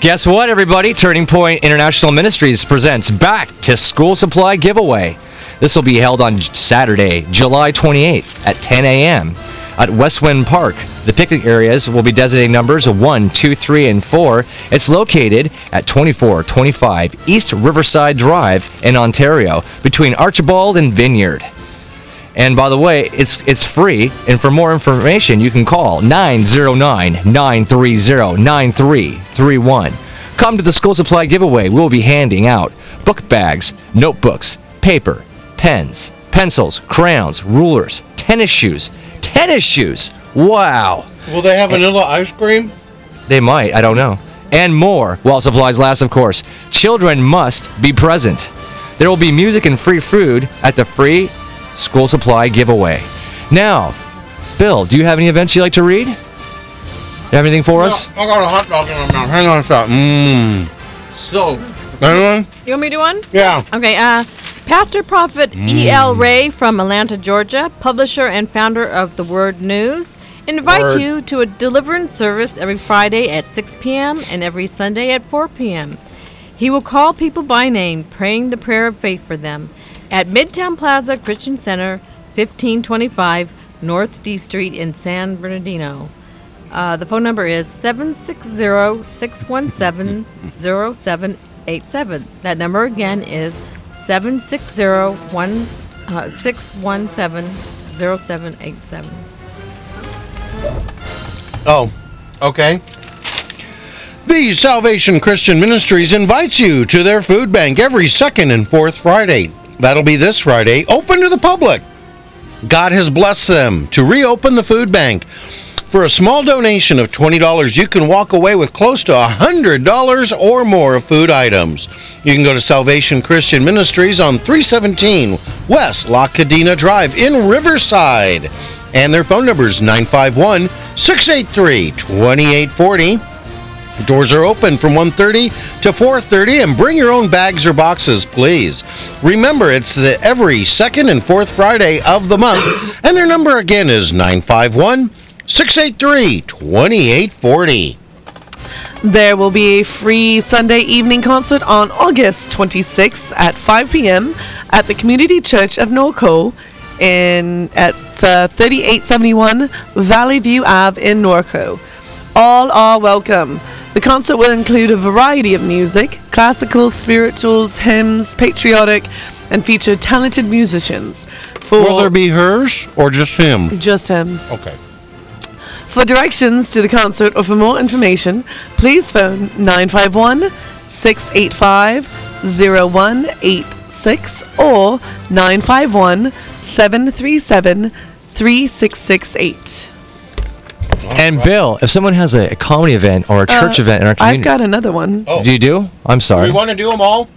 G: Guess what, everybody? Turning Point International Ministries presents Back to School Supply Giveaway. This will be held on Saturday, July 28th at 10 a.m. at Westwind Park. The picnic areas will be designated numbers 1, 2, 3, and 4. It's located at 2425 East Riverside Drive in Ontario between Archibald and Vineyard. And by the way, it's it's free. And for more information, you can call 909-930-9331. Come to the school supply giveaway. We'll be handing out book bags, notebooks, paper, pens, pencils, crayons, rulers, tennis shoes, tennis shoes. Wow.
C: Will they have vanilla ice cream?
G: They might, I don't know. And more while supplies last, of course. Children must be present. There will be music and free food at the free school supply giveaway. Now, Bill, do you have any events you like to read? You have anything for us?
C: I got a hot dog in my mouth. Hang on a sec. Mm. Mmm. So. Anyone?
B: You want me to do one?
C: Yeah.
B: Okay, uh, Pastor Prophet E.L. Ray from Atlanta, Georgia, publisher and founder of The Word News, invites
N: Word.
B: you to a deliverance service every Friday at 6 p.m. and every Sunday at 4 p.m. He will call people by name, praying the prayer of faith for them at Midtown Plaza Christian Center, 1525 North D Street in San Bernardino. Uh, the phone number is 760 617 0787. That number again is 760
N: uh,
B: 617 0787.
C: Oh, okay. The Salvation Christian Ministries invites you to their food bank every second and fourth Friday. That'll be this Friday, open to the public. God has blessed them to reopen the food bank. For a small donation of $20, you can walk away with close to $100 or more of food items. You can go to Salvation Christian Ministries on 317 West La Cadena Drive in Riverside. And their phone number is 951 683 2840. Doors are open from 1:30 to 4:30 and bring your own bags or boxes, please. Remember, it's the every second and fourth Friday of the month, <coughs> and their number again is 951-683-2840.
A: There will be a free Sunday evening concert on August 26th at 5 p.m. at the Community Church of Norco in at uh, 3871 Valley View Ave in Norco. All are welcome. The The concert will include a variety of music classical, spirituals, hymns, patriotic, and feature talented musicians. For
C: Will there be hers or just him?
A: just hymns.
C: Okay.
A: For directions to the concert or for more information, please phone 951 685 0186 or 951 737 3668.
G: And Bill, if someone has a, a comedy event or a church event in our
A: I've
G: community,
A: got another one.
G: do you do? I'm sorry.
C: to do them all?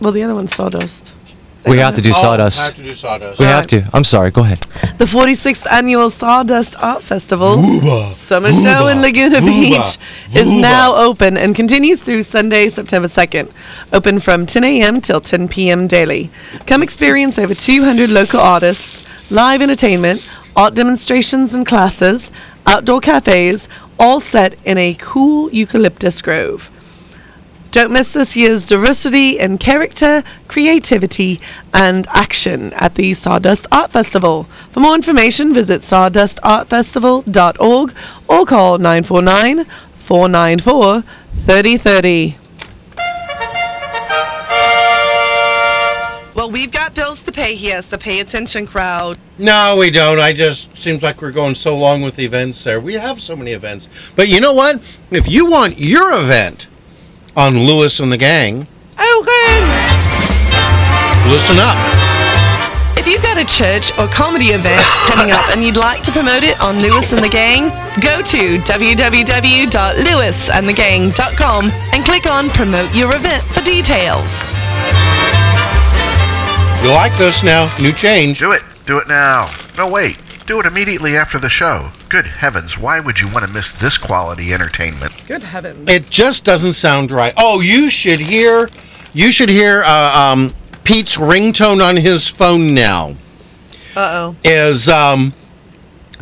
A: Well, the other one's Sawdust.
G: We have to do
A: Oh,
G: sawdust.
A: have to do sawdust.
G: We
A: All
G: have to. I'm sorry. Go ahead.
A: The 46th annual Sawdust Art Festival Summer Show in Laguna
G: Wooba.
A: Beach is now open and continues through Sunday, September 2nd. Open from 10 a.m. till 10 p.m. daily. Come experience over 200 local artists, live entertainment, art demonstrations and classes, outdoor cafes, all set in a cool eucalyptus grove. Don't miss this year's diversity in character, creativity, and action at the Sawdust Art Festival. For more information, visit sawdustartfestival.org or call 949 494 3030.
F: Well, we've got bills to pay here, so pay attention, crowd.
C: No, we don't. I just seems like we're going so long with the events there. We have so many events. But you know what? If you want your event on Lewis and the Gang,
A: Oh,
C: listen up.
F: If you've got a church or comedy event coming up and you'd like to promote it on Lewis and the Gang, go to www.lewisandthegang.com and click on Promote Your Event for details.
C: You like this now? New change.
E: Do it. Do it now. No, wait. Do it immediately after the show. Good heavens, why would you want to miss this quality entertainment?
A: Good heavens.
C: It just doesn't sound right. Oh, you should hear, you should hear uh, um, Pete's ringtone on his phone now
A: Uh oh.
C: is um,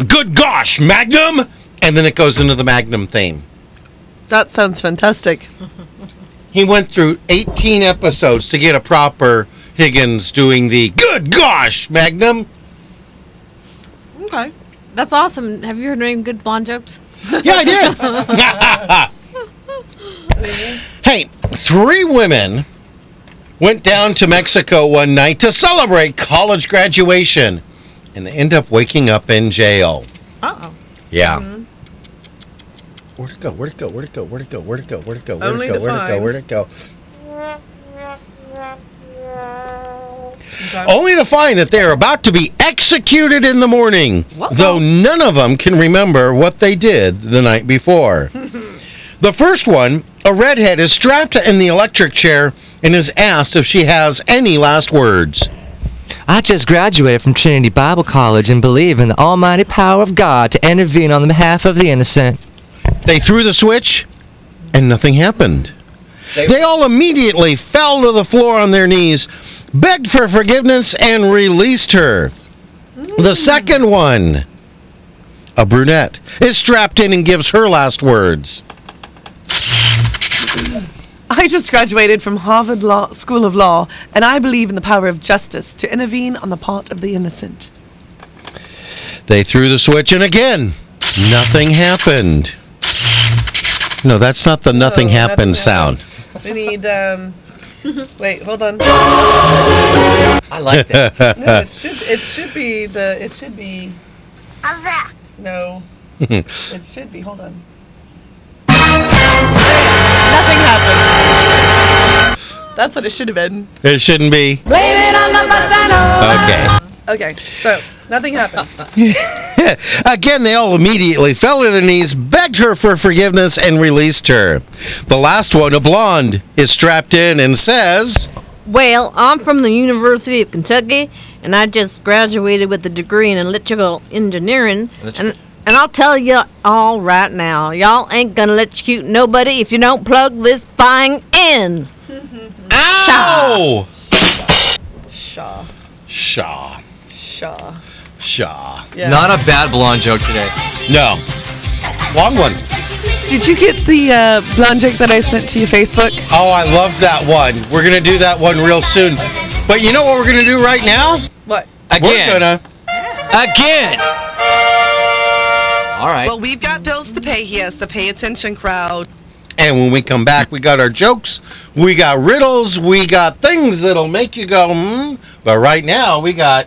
C: "Good gosh, Magnum," and then it goes into the Magnum theme.
A: That sounds fantastic.
C: He went through 18 episodes to get a proper Higgins doing the "Good gosh, Magnum."
B: Okay. That's awesome. Have you heard any good blonde jokes?
C: Yeah, I did. <laughs> hey, three women went down to Mexico one night to celebrate college graduation, and they end up waking up in jail.
B: Uh oh.
C: Yeah. Where'd it go? Where'd it go? Where'd it go? Where'd it go? Where'd it go? Where'd it go? Where'd
B: Only
C: it go?
B: to
C: Where'd it go?
B: find-
C: Where'd it go? Only to find that they are about to be executed in the morning, though none of them can remember what they did the night before. the first one, a redhead, is strapped in the electric chair and is asked if she has any last words.
G: I just graduated from Trinity Bible College and believe in the almighty power of God to intervene on the behalf of the innocent.
C: They threw the switch, and nothing happened. They, all immediately fell to the floor on their knees, begged for forgiveness, and released her. The second one, a brunette, is strapped in and gives her last words.
A: I just graduated from Harvard Law School of Law, and I believe in the power of justice to intervene on the part of the innocent.
C: They threw the switch, and again, nothing happened. No, that's not the nothing
A: Oh, nothing
C: happened sound.
A: We need, <laughs> um, wait, hold on.
C: I like that.
A: no, it should, it should be the, it should be. No, it should be, hold on. Nothing happened. That's what it should have been.
C: It shouldn't be.
A: Blame it on the
C: Okay.
A: Okay, so, nothing happened.
C: Again, they all immediately fell to their knees, begged her for forgiveness, and released her. The last one, a blonde, is strapped in and says,
N: Well, I'm from the University of Kentucky, and I just graduated with a degree in electrical engineering.
O: Electrical.
N: And and I'll tell you all right now, y'all ain't gonna electrocute nobody if you don't plug this thing in.
A: Shaw.
C: Ow! Oh. Shaw.
A: Shaw.
C: Shaw.
A: Yeah.
G: Not a bad blonde joke today.
C: No. Long one.
A: <laughs> Did you get the uh, blonde joke that I sent to your Facebook?
C: Oh, I love that one. We're going to do that one real soon. But you know what we're going to do right now?
A: What?
C: We're going to.
G: Again. All right.
F: Well, we've got bills to pay here, so pay attention, crowd.
C: And when we come back, we got our jokes, we got riddles, we got things that'll make you go, hmm. But right now, we got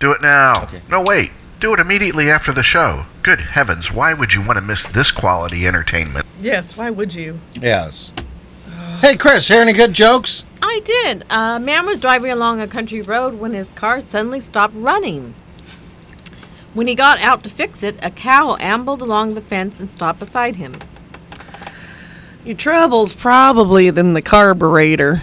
E: Do it now. No, wait. Do it immediately after the show. Good heavens, why would you want to miss this quality entertainment?
A: Yes, why would you?
C: Yes. Hey, Chris, hear any good jokes?
N: I did. A man was driving along a country road when his car suddenly stopped running. When he got out to fix it, a cow ambled along the fence and stopped beside him.
I: Your trouble's probably in the carburetor.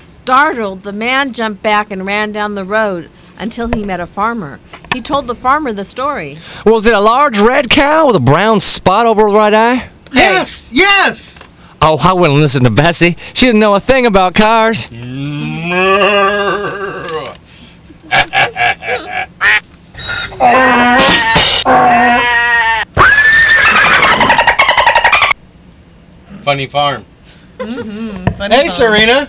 N: Startled, the man jumped back and ran down the road until he met a farmer. He told the farmer the story.
G: Was it a large red cow with a brown spot over the right eye?
C: Yes, yes.
G: Oh, I wouldn't listen to Bessie. She didn't know a thing about cars.
C: Funny farm.
A: Mm-hmm,
C: hey, Serena.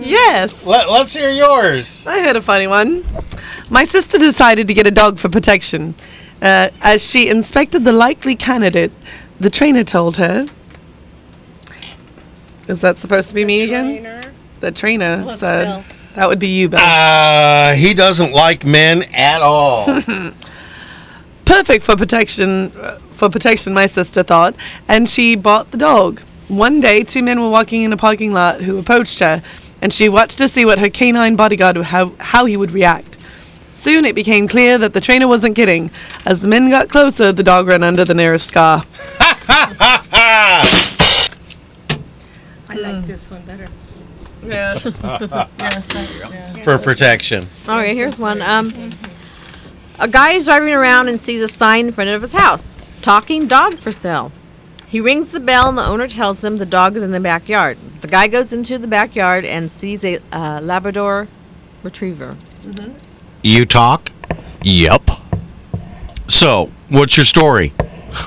A: Yes.
C: Let, let's hear yours.
A: I heard a funny one. My sister decided to get a dog for protection. Uh, as she inspected the likely candidate, the trainer told her. Is that supposed to be me again? The trainer. so that would be you, Bill.
C: Uh, he doesn't like men at all.
A: Perfect for protection, uh, for protection, my sister thought, and she bought the dog. One day, two men were walking in a parking lot who approached her, and she watched to see what her canine bodyguard would- how how he would react. Soon it became clear that the trainer wasn't kidding. As the men got closer, the dog ran under the nearest car.
O: I like this one better.
A: Yes.
O: yes. I-
C: For protection.
N: All right, here's one. Um, a guy is driving around and sees a sign in front of his house, talking dog for sale. He rings the bell and the owner tells him the dog is in the backyard. The guy goes into the backyard and sees a uh, Labrador retriever.
C: You talk? Yep. So, what's your story?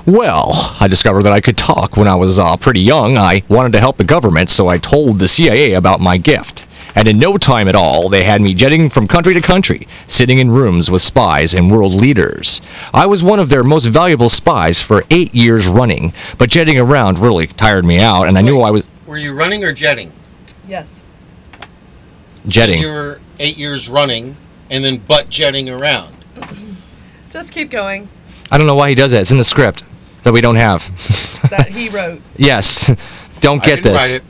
G: Well, I discovered that I could talk when I was uh, pretty young. I wanted to help the government, so I told the CIA about my gift. And in no time at all, they had me jetting from country to country, sitting in rooms with spies and world leaders. I was one of their most valuable spies for eight years running, but jetting around really tired me out, and I knew I was
P: Were you running or jetting?
F: Yes.
G: jetting.
P: You were eight years running and then butt jetting around.
F: Just keep going.
G: I don't know why he does that. It's in the script that we don't have.
F: That he wrote.
G: yes. <laughs> Don't
P: I
G: get this.
P: didn't write it.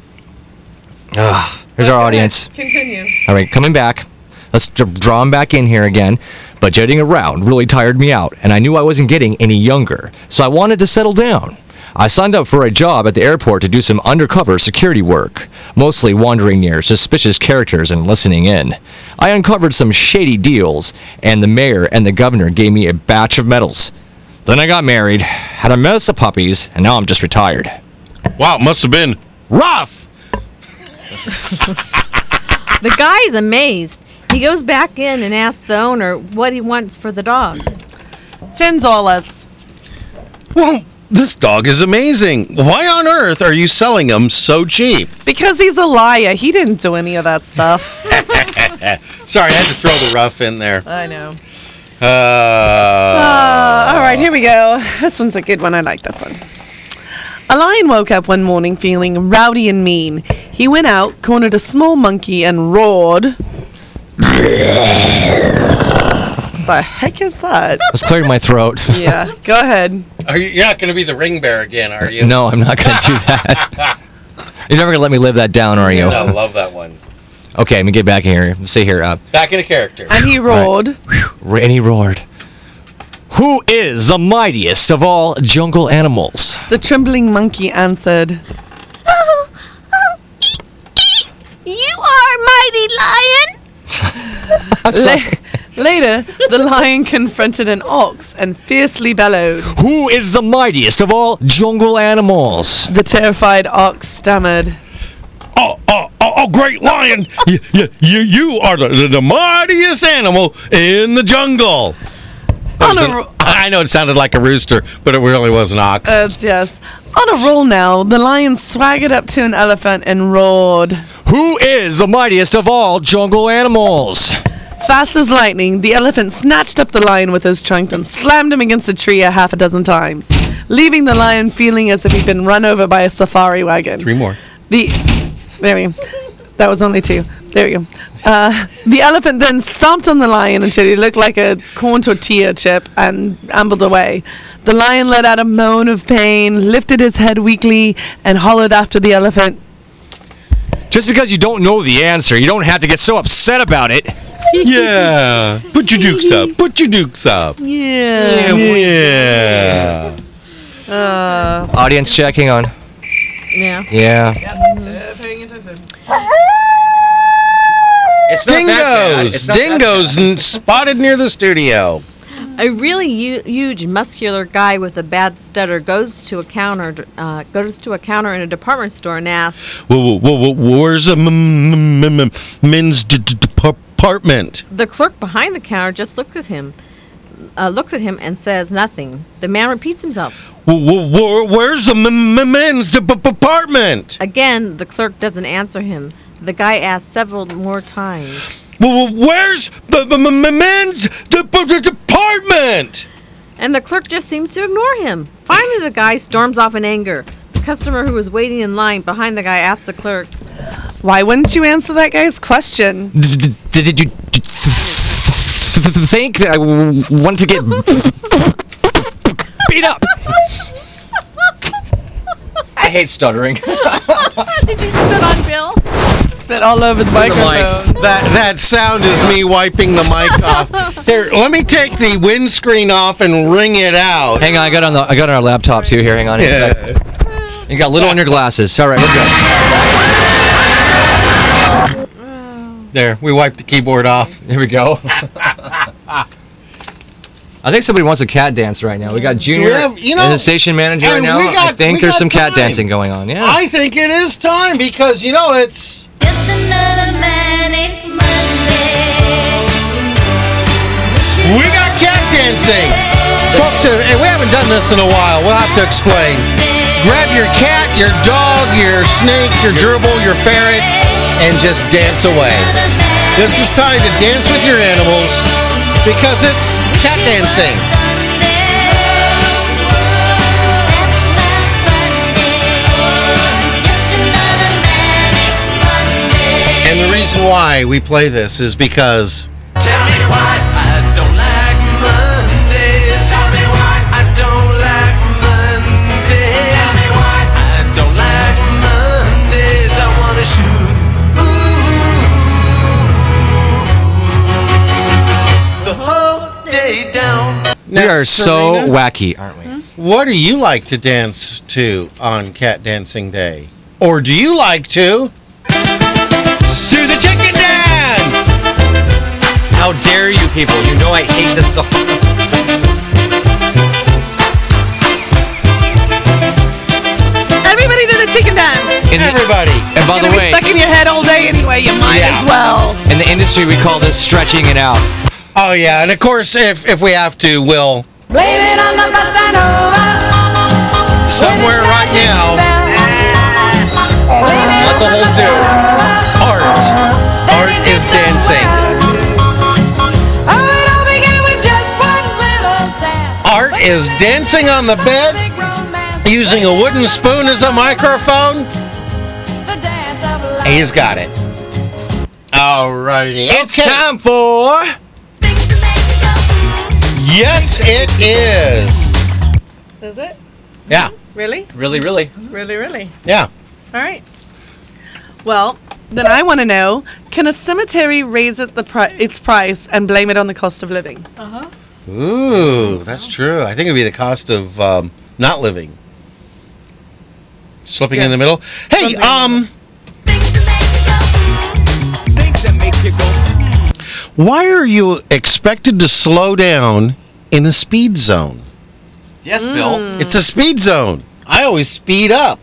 G: Ah, here's our audience.
A: <laughs>
F: Continue.
G: All right, coming back. Let's j- draw him back in here again. But jetting around really tired me out, and I knew I wasn't getting any younger, so I wanted to settle down. I signed up for a job at the airport to do some undercover security work, mostly wandering near suspicious characters and listening in. I uncovered some shady deals, and the mayor and the governor gave me a batch of medals. Then I got married, had a mess of puppies, and now I'm just retired.
P: Wow, must have been rough.
B: The guy is amazed. He goes back in and asks the owner what he wants for the dog.
F: Ten dollars.
P: Well, this dog is amazing. Why on earth are you selling him so cheap?
F: Because he's a liar. He didn't do any of that stuff.
P: <laughs> Sorry, I had to throw the rough in there.
F: I know.
P: Uh,
F: Uh, all right, here we go. This one's a good one. I like this one. A lion woke up one morning feeling rowdy and mean. He went out, cornered a small monkey, and roared. <laughs> the heck is that?
G: I was clearing my throat. <laughs>
F: yeah, <laughs> go ahead.
P: are you, you're not going to be the ring bear again, are you?
G: No, I'm not going
P: <laughs>
G: to do that. You're never going to let me live that down, are you?
P: I love that one.
G: Okay, let me get back in here. Let's see here. Uh,
P: Back into character.
F: And he roared.
G: and he roared. Who is the mightiest of all jungle animals?
F: The trembling monkey answered.
H: You are mighty lion.
G: Uh,
F: La- later, the lion confronted an ox and fiercely bellowed.
G: Who is the mightiest of all jungle animals?
F: The terrified ox stammered.
P: Oh, oh, oh, oh great lion! you, you, you, you are the, the, the mightiest animal in the jungle. That was
F: On a
P: an-
F: ro-
P: <laughs> I know it sounded like a rooster, but it really was an ox.
F: Uh, yes. On a roll now, the lion swaggered up to an elephant and roared.
G: Who is the mightiest of all jungle animals?
F: Fast as lightning, the elephant snatched up the lion with his trunk and slammed him against a tree a half a dozen times, leaving the lion feeling as if he'd been run over by a safari wagon.
P: Three more.
F: The there we go. That was only two. There we go. Uh, the elephant then stomped on the lion until he looked like a corn tortilla chip and ambled away. The lion let out a moan of pain, lifted his head weakly, and hollered after the elephant.
G: Just because you don't know the answer, you don't have to get so upset about it.
P: yeah. Put your dukes up. Put your dukes up.
F: Yeah.
P: Yeah.
F: Uh,
G: Audience checking on.
B: yeah.
G: Yeah.
F: Uh, paying attention.
Q: It's not that bad.
P: Dingoes.
Q: It's not that
P: Dingoes
F: <laughs>
P: n- spotted near the studio.
B: A really hu- huge, muscular guy with a bad stutter goes to a counter, uh, goes to a counter in a department store and asks,
P: Whoa, whoa, whoa, whoa, where's the m- m- m- um, men's d- d- department?
B: The clerk behind the counter just looks at him, uh, looks at him, and says nothing. The man repeats himself
P: Whoa, whoa, whoa, where's the m- m- men's d- department?
B: again. The clerk doesn't answer him. The guy asks several more times,
P: Whoa, whoa, where's the m- m- m- men's d- d- d- department?
B: and the clerk just seems to ignore him. Finally, the guy storms off in anger. The customer who was waiting in line behind the guy asks the clerk,
F: Why wouldn't you answer that guy's question?
G: Did, did, did you d- th- th- th- think that I w- wanted to get beat up? I hate stuttering.
B: "Did you spit on Bill?"
F: Spit all over his microphone.
P: That that sound is me wiping the mic off. Here, let me take the windscreen off and wring it out.
G: Hang on, I got on the I got on our laptop too. Here, hang on. here a sec.
P: Yeah.
G: You got little on your glasses. All right, we're good.
P: There, we wiped the keyboard off.
G: Here we
P: <laughs>
G: go. I think somebody wants a cat dance right now. We got Junior
P: have- you know,
G: and the station manager right
P: and
G: now.
P: we
G: I
P: got-
G: think
P: we
G: there's
P: got
G: some cat
P: time.
G: dancing going on. Yeah.
P: I think it is time because you know it's
H: Just another manic Monday.
P: we got cat dancing. Folks, uh, and we haven't done this in a while. We'll have to explain. Grab your cat, your dog, your snake, your gerbil, your ferret, and just dance away. This is time to dance with your animals because it's cat dancing. And the reason why we play this is because
C: Tell me why I don't like Mondays. Tell me why I don't like Mondays. Tell me why I don't like Mondays. I wanna shoot. Ooh. The whole day down.
G: We are so
P: Serena? Hmm?
G: wacky, aren't we?
P: what do you like to dance to on Cat Dancing Day? Or do you like to?
R: Do the chicken dance! How dare you people? You know I hate this song.
A: Everybody did a chicken dance.
G: And Everybody. And by
A: You're
G: the
A: gonna
G: way,
A: be stuck in your head all day anyway. You might
G: Yeah.
A: as well.
G: in the industry, we call this stretching it out.
P: Oh yeah, and of course, if if we have to, we'll
C: Blame it on the Passanova.
P: somewhere right now. Let the whole zoo. Art, art is dancing. Art is dancing on the bed, using a wooden spoon as a microphone. He's got it. Alrighty.
C: It's
P: time for. Yes, it is.
A: Is it?
P: Yeah.
A: Really?
R: Really, really.
A: Really, really.
P: Yeah.
A: All right. Well, then I want to know: Can a cemetery raise it the pri- its price and blame it on the cost of living? Uh huh.
P: Ooh, that's true. I think it'd be the cost of um, not living. Slipping in the middle. Hey, um, why are you expected to slow down in a speed zone?
R: Yes, Bill.
P: It's a speed zone. I always speed up.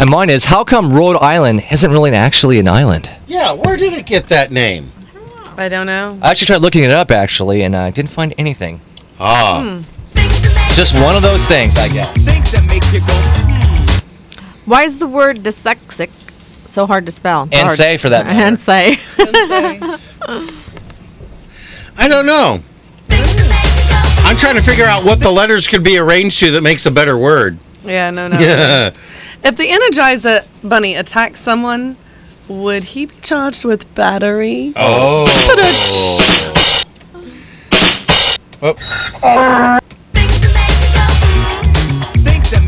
G: And mine is how come Rhode Island isn't really actually an island?
P: Yeah, where did it get that name?
A: I don't know.
G: I actually tried looking it up actually, and I didn't find anything.
P: Ah,
G: it's just one of those things, I guess.
B: Why is the word dyslexic so hard to spell? It's
G: And
B: hard.
G: say, for that matter.
B: And say.
P: I don't know. I'm trying to figure out what the letters could be arranged to that makes a better word. <laughs>
A: Yeah. No. No.
P: Yeah.
A: If the Energizer Bunny attacks someone, would he be charged with battery?
P: Oh.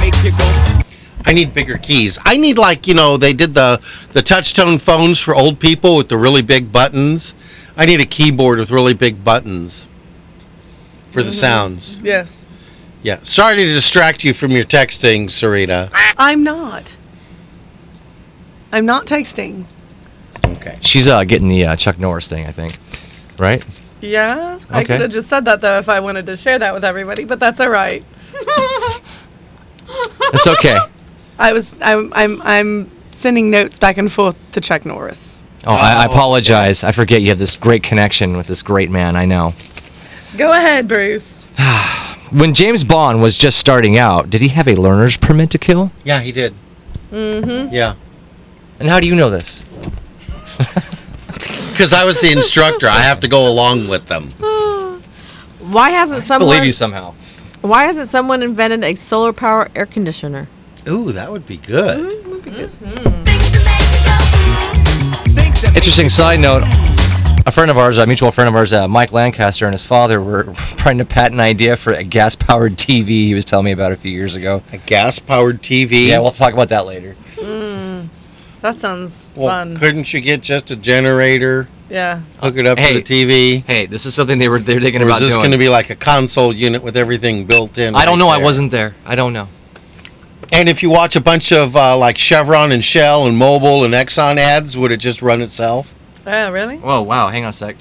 P: I need bigger keys. I need like you know they did the the touchtone phones for old people with the really big buttons. I need a keyboard with really big buttons for the sounds.
A: <laughs> Yes.
P: Yeah. Sorry to distract you from your texting, Serena.
A: I'm not. I'm not texting.
G: She's uh, getting the uh, Chuck Norris thing, I think. Right?
A: Yeah, I
G: Okay.
A: could have just said that though if I wanted to share that with everybody, but that's all <laughs> right.
G: It's okay.
P: <laughs>
A: I was I'm I'm I'm sending notes back and forth to Chuck Norris.
G: Oh, I, I apologize. I forget you have this great connection with this great man. I know.
A: <laughs> Go ahead, Bruce.
G: When James Bond was just starting out, did he have a learner's permit to kill?
P: Yeah, he did.
A: Mm-hmm.
P: Yeah.
G: And how do you know this?
P: Because I was the instructor. I have to go along with them.
B: Why hasn't someone?
G: Believe you somehow.
B: Why hasn't someone invented a solar power air conditioner?
P: Ooh, that would be good.
G: Interesting side note. A friend of ours, a mutual friend of ours, uh, Mike Lancaster, and his father were <laughs> trying to patent an idea for a gas-powered TV. He was telling me about a few years ago.
P: A gas-powered TV?
G: Mm-hmm. Yeah, we'll talk about that later.
A: Mm, that sounds
P: Well,
A: fun.
P: couldn't you get just a generator?
A: Yeah.
P: Hook it up
G: Hey.
P: to the TV.
G: Hey, this is something they were they're thinking
P: or
G: about
P: is this
G: doing.
P: going to be like a console unit with everything built in?
G: I don't
P: right
G: know. I
P: there?
G: wasn't there. I don't know.
P: And if you watch a bunch of uh, like Chevron and Shell and Mobil and Exxon ads, would it just run itself?
A: Oh, really?
G: Whoa, wow. Hang on a sec.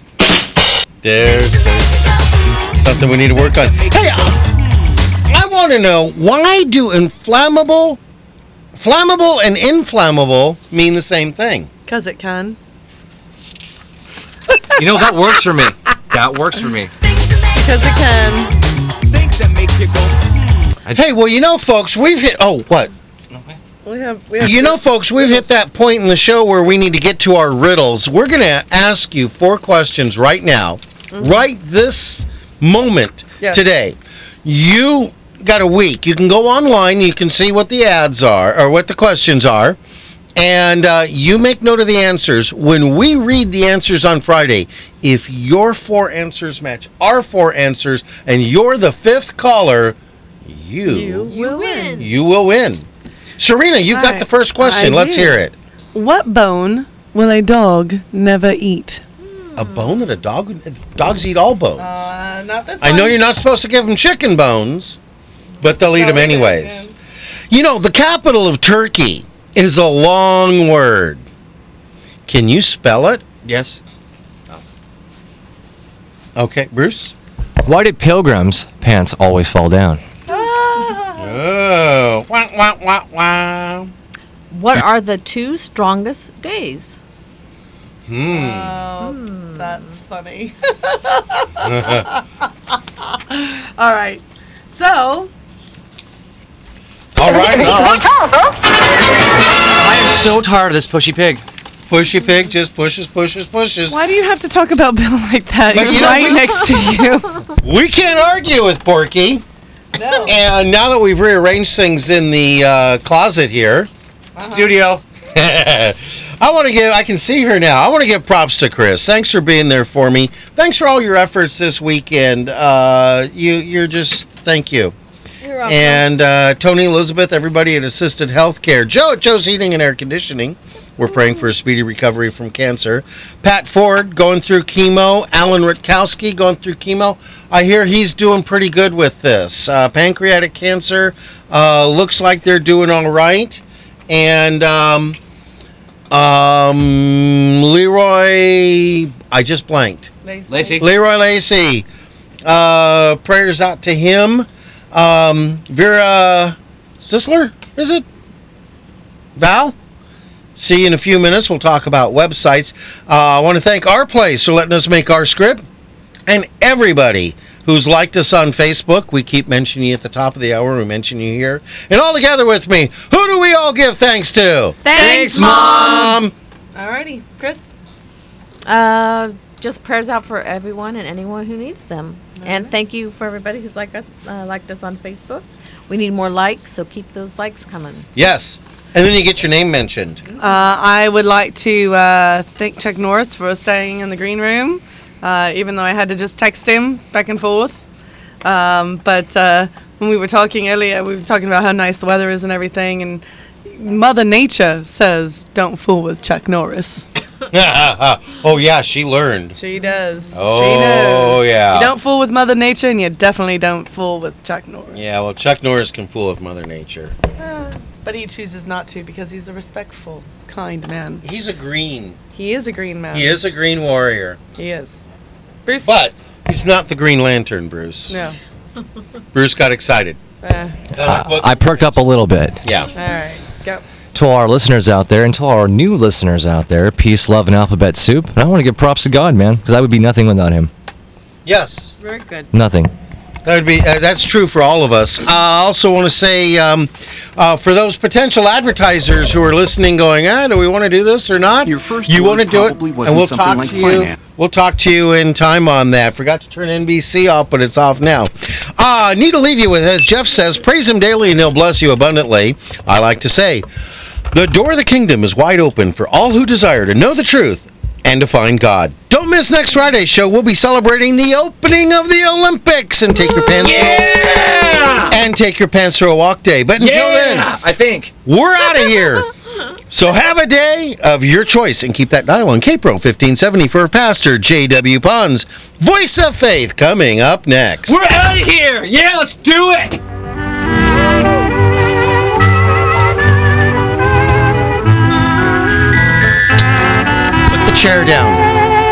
P: There's, there's something we need to work on. Hey, uh, I- I want to know why do inflammable, flammable, and inflammable mean the same thing?
A: Cause it can.
G: You know that works for me. That works for me.
A: Because it can.
P: Hey, well, you know, folks, we've hit. Oh, what?
A: We have. We have
P: You know, folks, we've hit that point in the show where we need to get to our riddles. We're going to ask you four questions right now,
A: Mm-hmm.
P: right this moment
S: Yes.
P: today. You got a week. You can go online, you can see what the ads are or what the questions are, and uh, you make note of the answers. When we read the answers on Friday, if your four answers match our four answers and you're the fifth caller, you
B: You win.
P: you will win. Serena, you've
A: All
P: got
A: right.
P: the first question.
A: I
P: Let's
A: do.
P: hear it.
A: What bone will a dog never eat?
P: A bone that a dog would- dogs eat all bones.
A: Uh, not this
P: I know you're not supposed to give them chicken bones, but they'll eat them anyways. You know, the capital of Turkey is a long word. Can you spell it?
G: Yes.
P: Okay, Bruce.
G: Why did pilgrims' pants always fall down?
P: Oh. Wah, wah, wah, wah.
B: What are the two strongest days?
P: Hmm.
A: Oh, that's funny. <laughs> All right. So,
P: all right, all right.
G: I am so tired of this pushy pig.
P: Pushy pig just pushes, pushes, pushes.
A: why do you have to talk about Bill like that?
P: But
A: He's
P: you know,
A: right
P: we-
A: next to you.
P: We can't argue with Porky.
A: No.
P: And now that we've rearranged things in the uh, closet here, studio. I want to give. I can see her now. I want to give props to Chris. Thanks for being there for me. Thanks for all your efforts this weekend. Uh, you, you're just. Thank you. And uh, Tony, Elizabeth, everybody at Assisted Healthcare, Joe at Joe's Heating and Air Conditioning. We're praying for a speedy recovery from cancer. Pat Ford going through chemo. Alan Rutkowski going through chemo. I hear he's doing pretty good with this. Uh, pancreatic cancer uh, looks like they're doing all right. And um, um, Leroy, I just blanked.
G: Lacey.
P: Leroy Lacey. Uh, prayers out to him. Um, Vera Sisler, is it? Val? See you in a few minutes. We'll talk about websites. Uh, I want to thank our place for letting us make our script and everybody who's liked us on Facebook. We keep mentioning you at the top of the hour. We mention you here. And all together with me, who do we all give thanks to?
B: Thanks, Mom.
A: Alrighty, Chris.
B: Uh, just prayers out for everyone and anyone who needs them. And thank you for everybody who's like us, uh, liked us on Facebook. We need more likes, so keep those likes coming.
P: Yes. And then you get your name mentioned.
A: Uh, I would like to uh, thank Chuck Norris for staying in the green room, uh, even though I had to just text him back and forth. Um, but uh, when we were talking earlier, we were talking about how nice the weather is and everything, and Mother Nature says, "Don't fool with Chuck Norris."
P: oh, yeah, she learned.
A: She does. she
P: Oh,
A: knows.
P: yeah.
A: You don't fool with Mother Nature, and you definitely don't fool with Chuck Norris.
P: Yeah, well, Chuck Norris can fool with Mother Nature.
A: But he chooses not to because he's a respectful, kind man.
P: He's a green.
A: He is a green man.
P: He is a green warrior.
A: He is.
P: But he's not the Green Lantern, Bruce.
A: No.
P: Bruce got excited.
A: Uh,
G: Uh, I perked up a little bit.
A: all right. Go.
G: To all our listeners out there and to all our new listeners out there, peace, love, and alphabet soup. And I want to give props to God, man, because I would be nothing without him.
P: Yes.
A: Very good.
G: Nothing.
P: That would be uh, that's true for all of us. Uh, I also want to say um, uh, for those potential advertisers who are listening, going, ah, do we want to do this or not? Your first, you
C: word
P: want to do it,
C: probably wasn't something
P: talk
C: like
P: to you.
C: finance.
P: We'll talk to you in time on that. Forgot to turn NBC off, but it's off now. Uh, need to leave you with, as Jeff says, praise him daily and he'll bless you abundantly. I like to say, the door of the kingdom is wide open for all who desire to know the truth and to find God. Don't miss next Friday's show. We'll be celebrating the opening of the Olympics and take your pants and take your pants for a walk day. But until then,
G: I think.
P: we're out of here. So have a day of your choice and keep that dial on KPRO 1570 for Pastor J.W. Pons, Voice of Faith, coming up next.
S: We're out of here. Yeah, let's do it.
P: Put the chair down.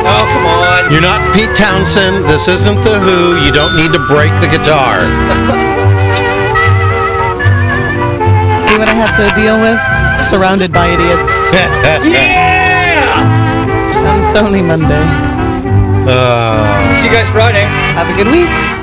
G: Oh, come on.
P: You're not Pete Townsend. This isn't The Who. You don't need to break the guitar.
A: See what I have to deal with? Surrounded by idiots.
P: yeah!
A: And it's only Monday.
C: Uh,
D: See you guys Friday.
I: Have a good week.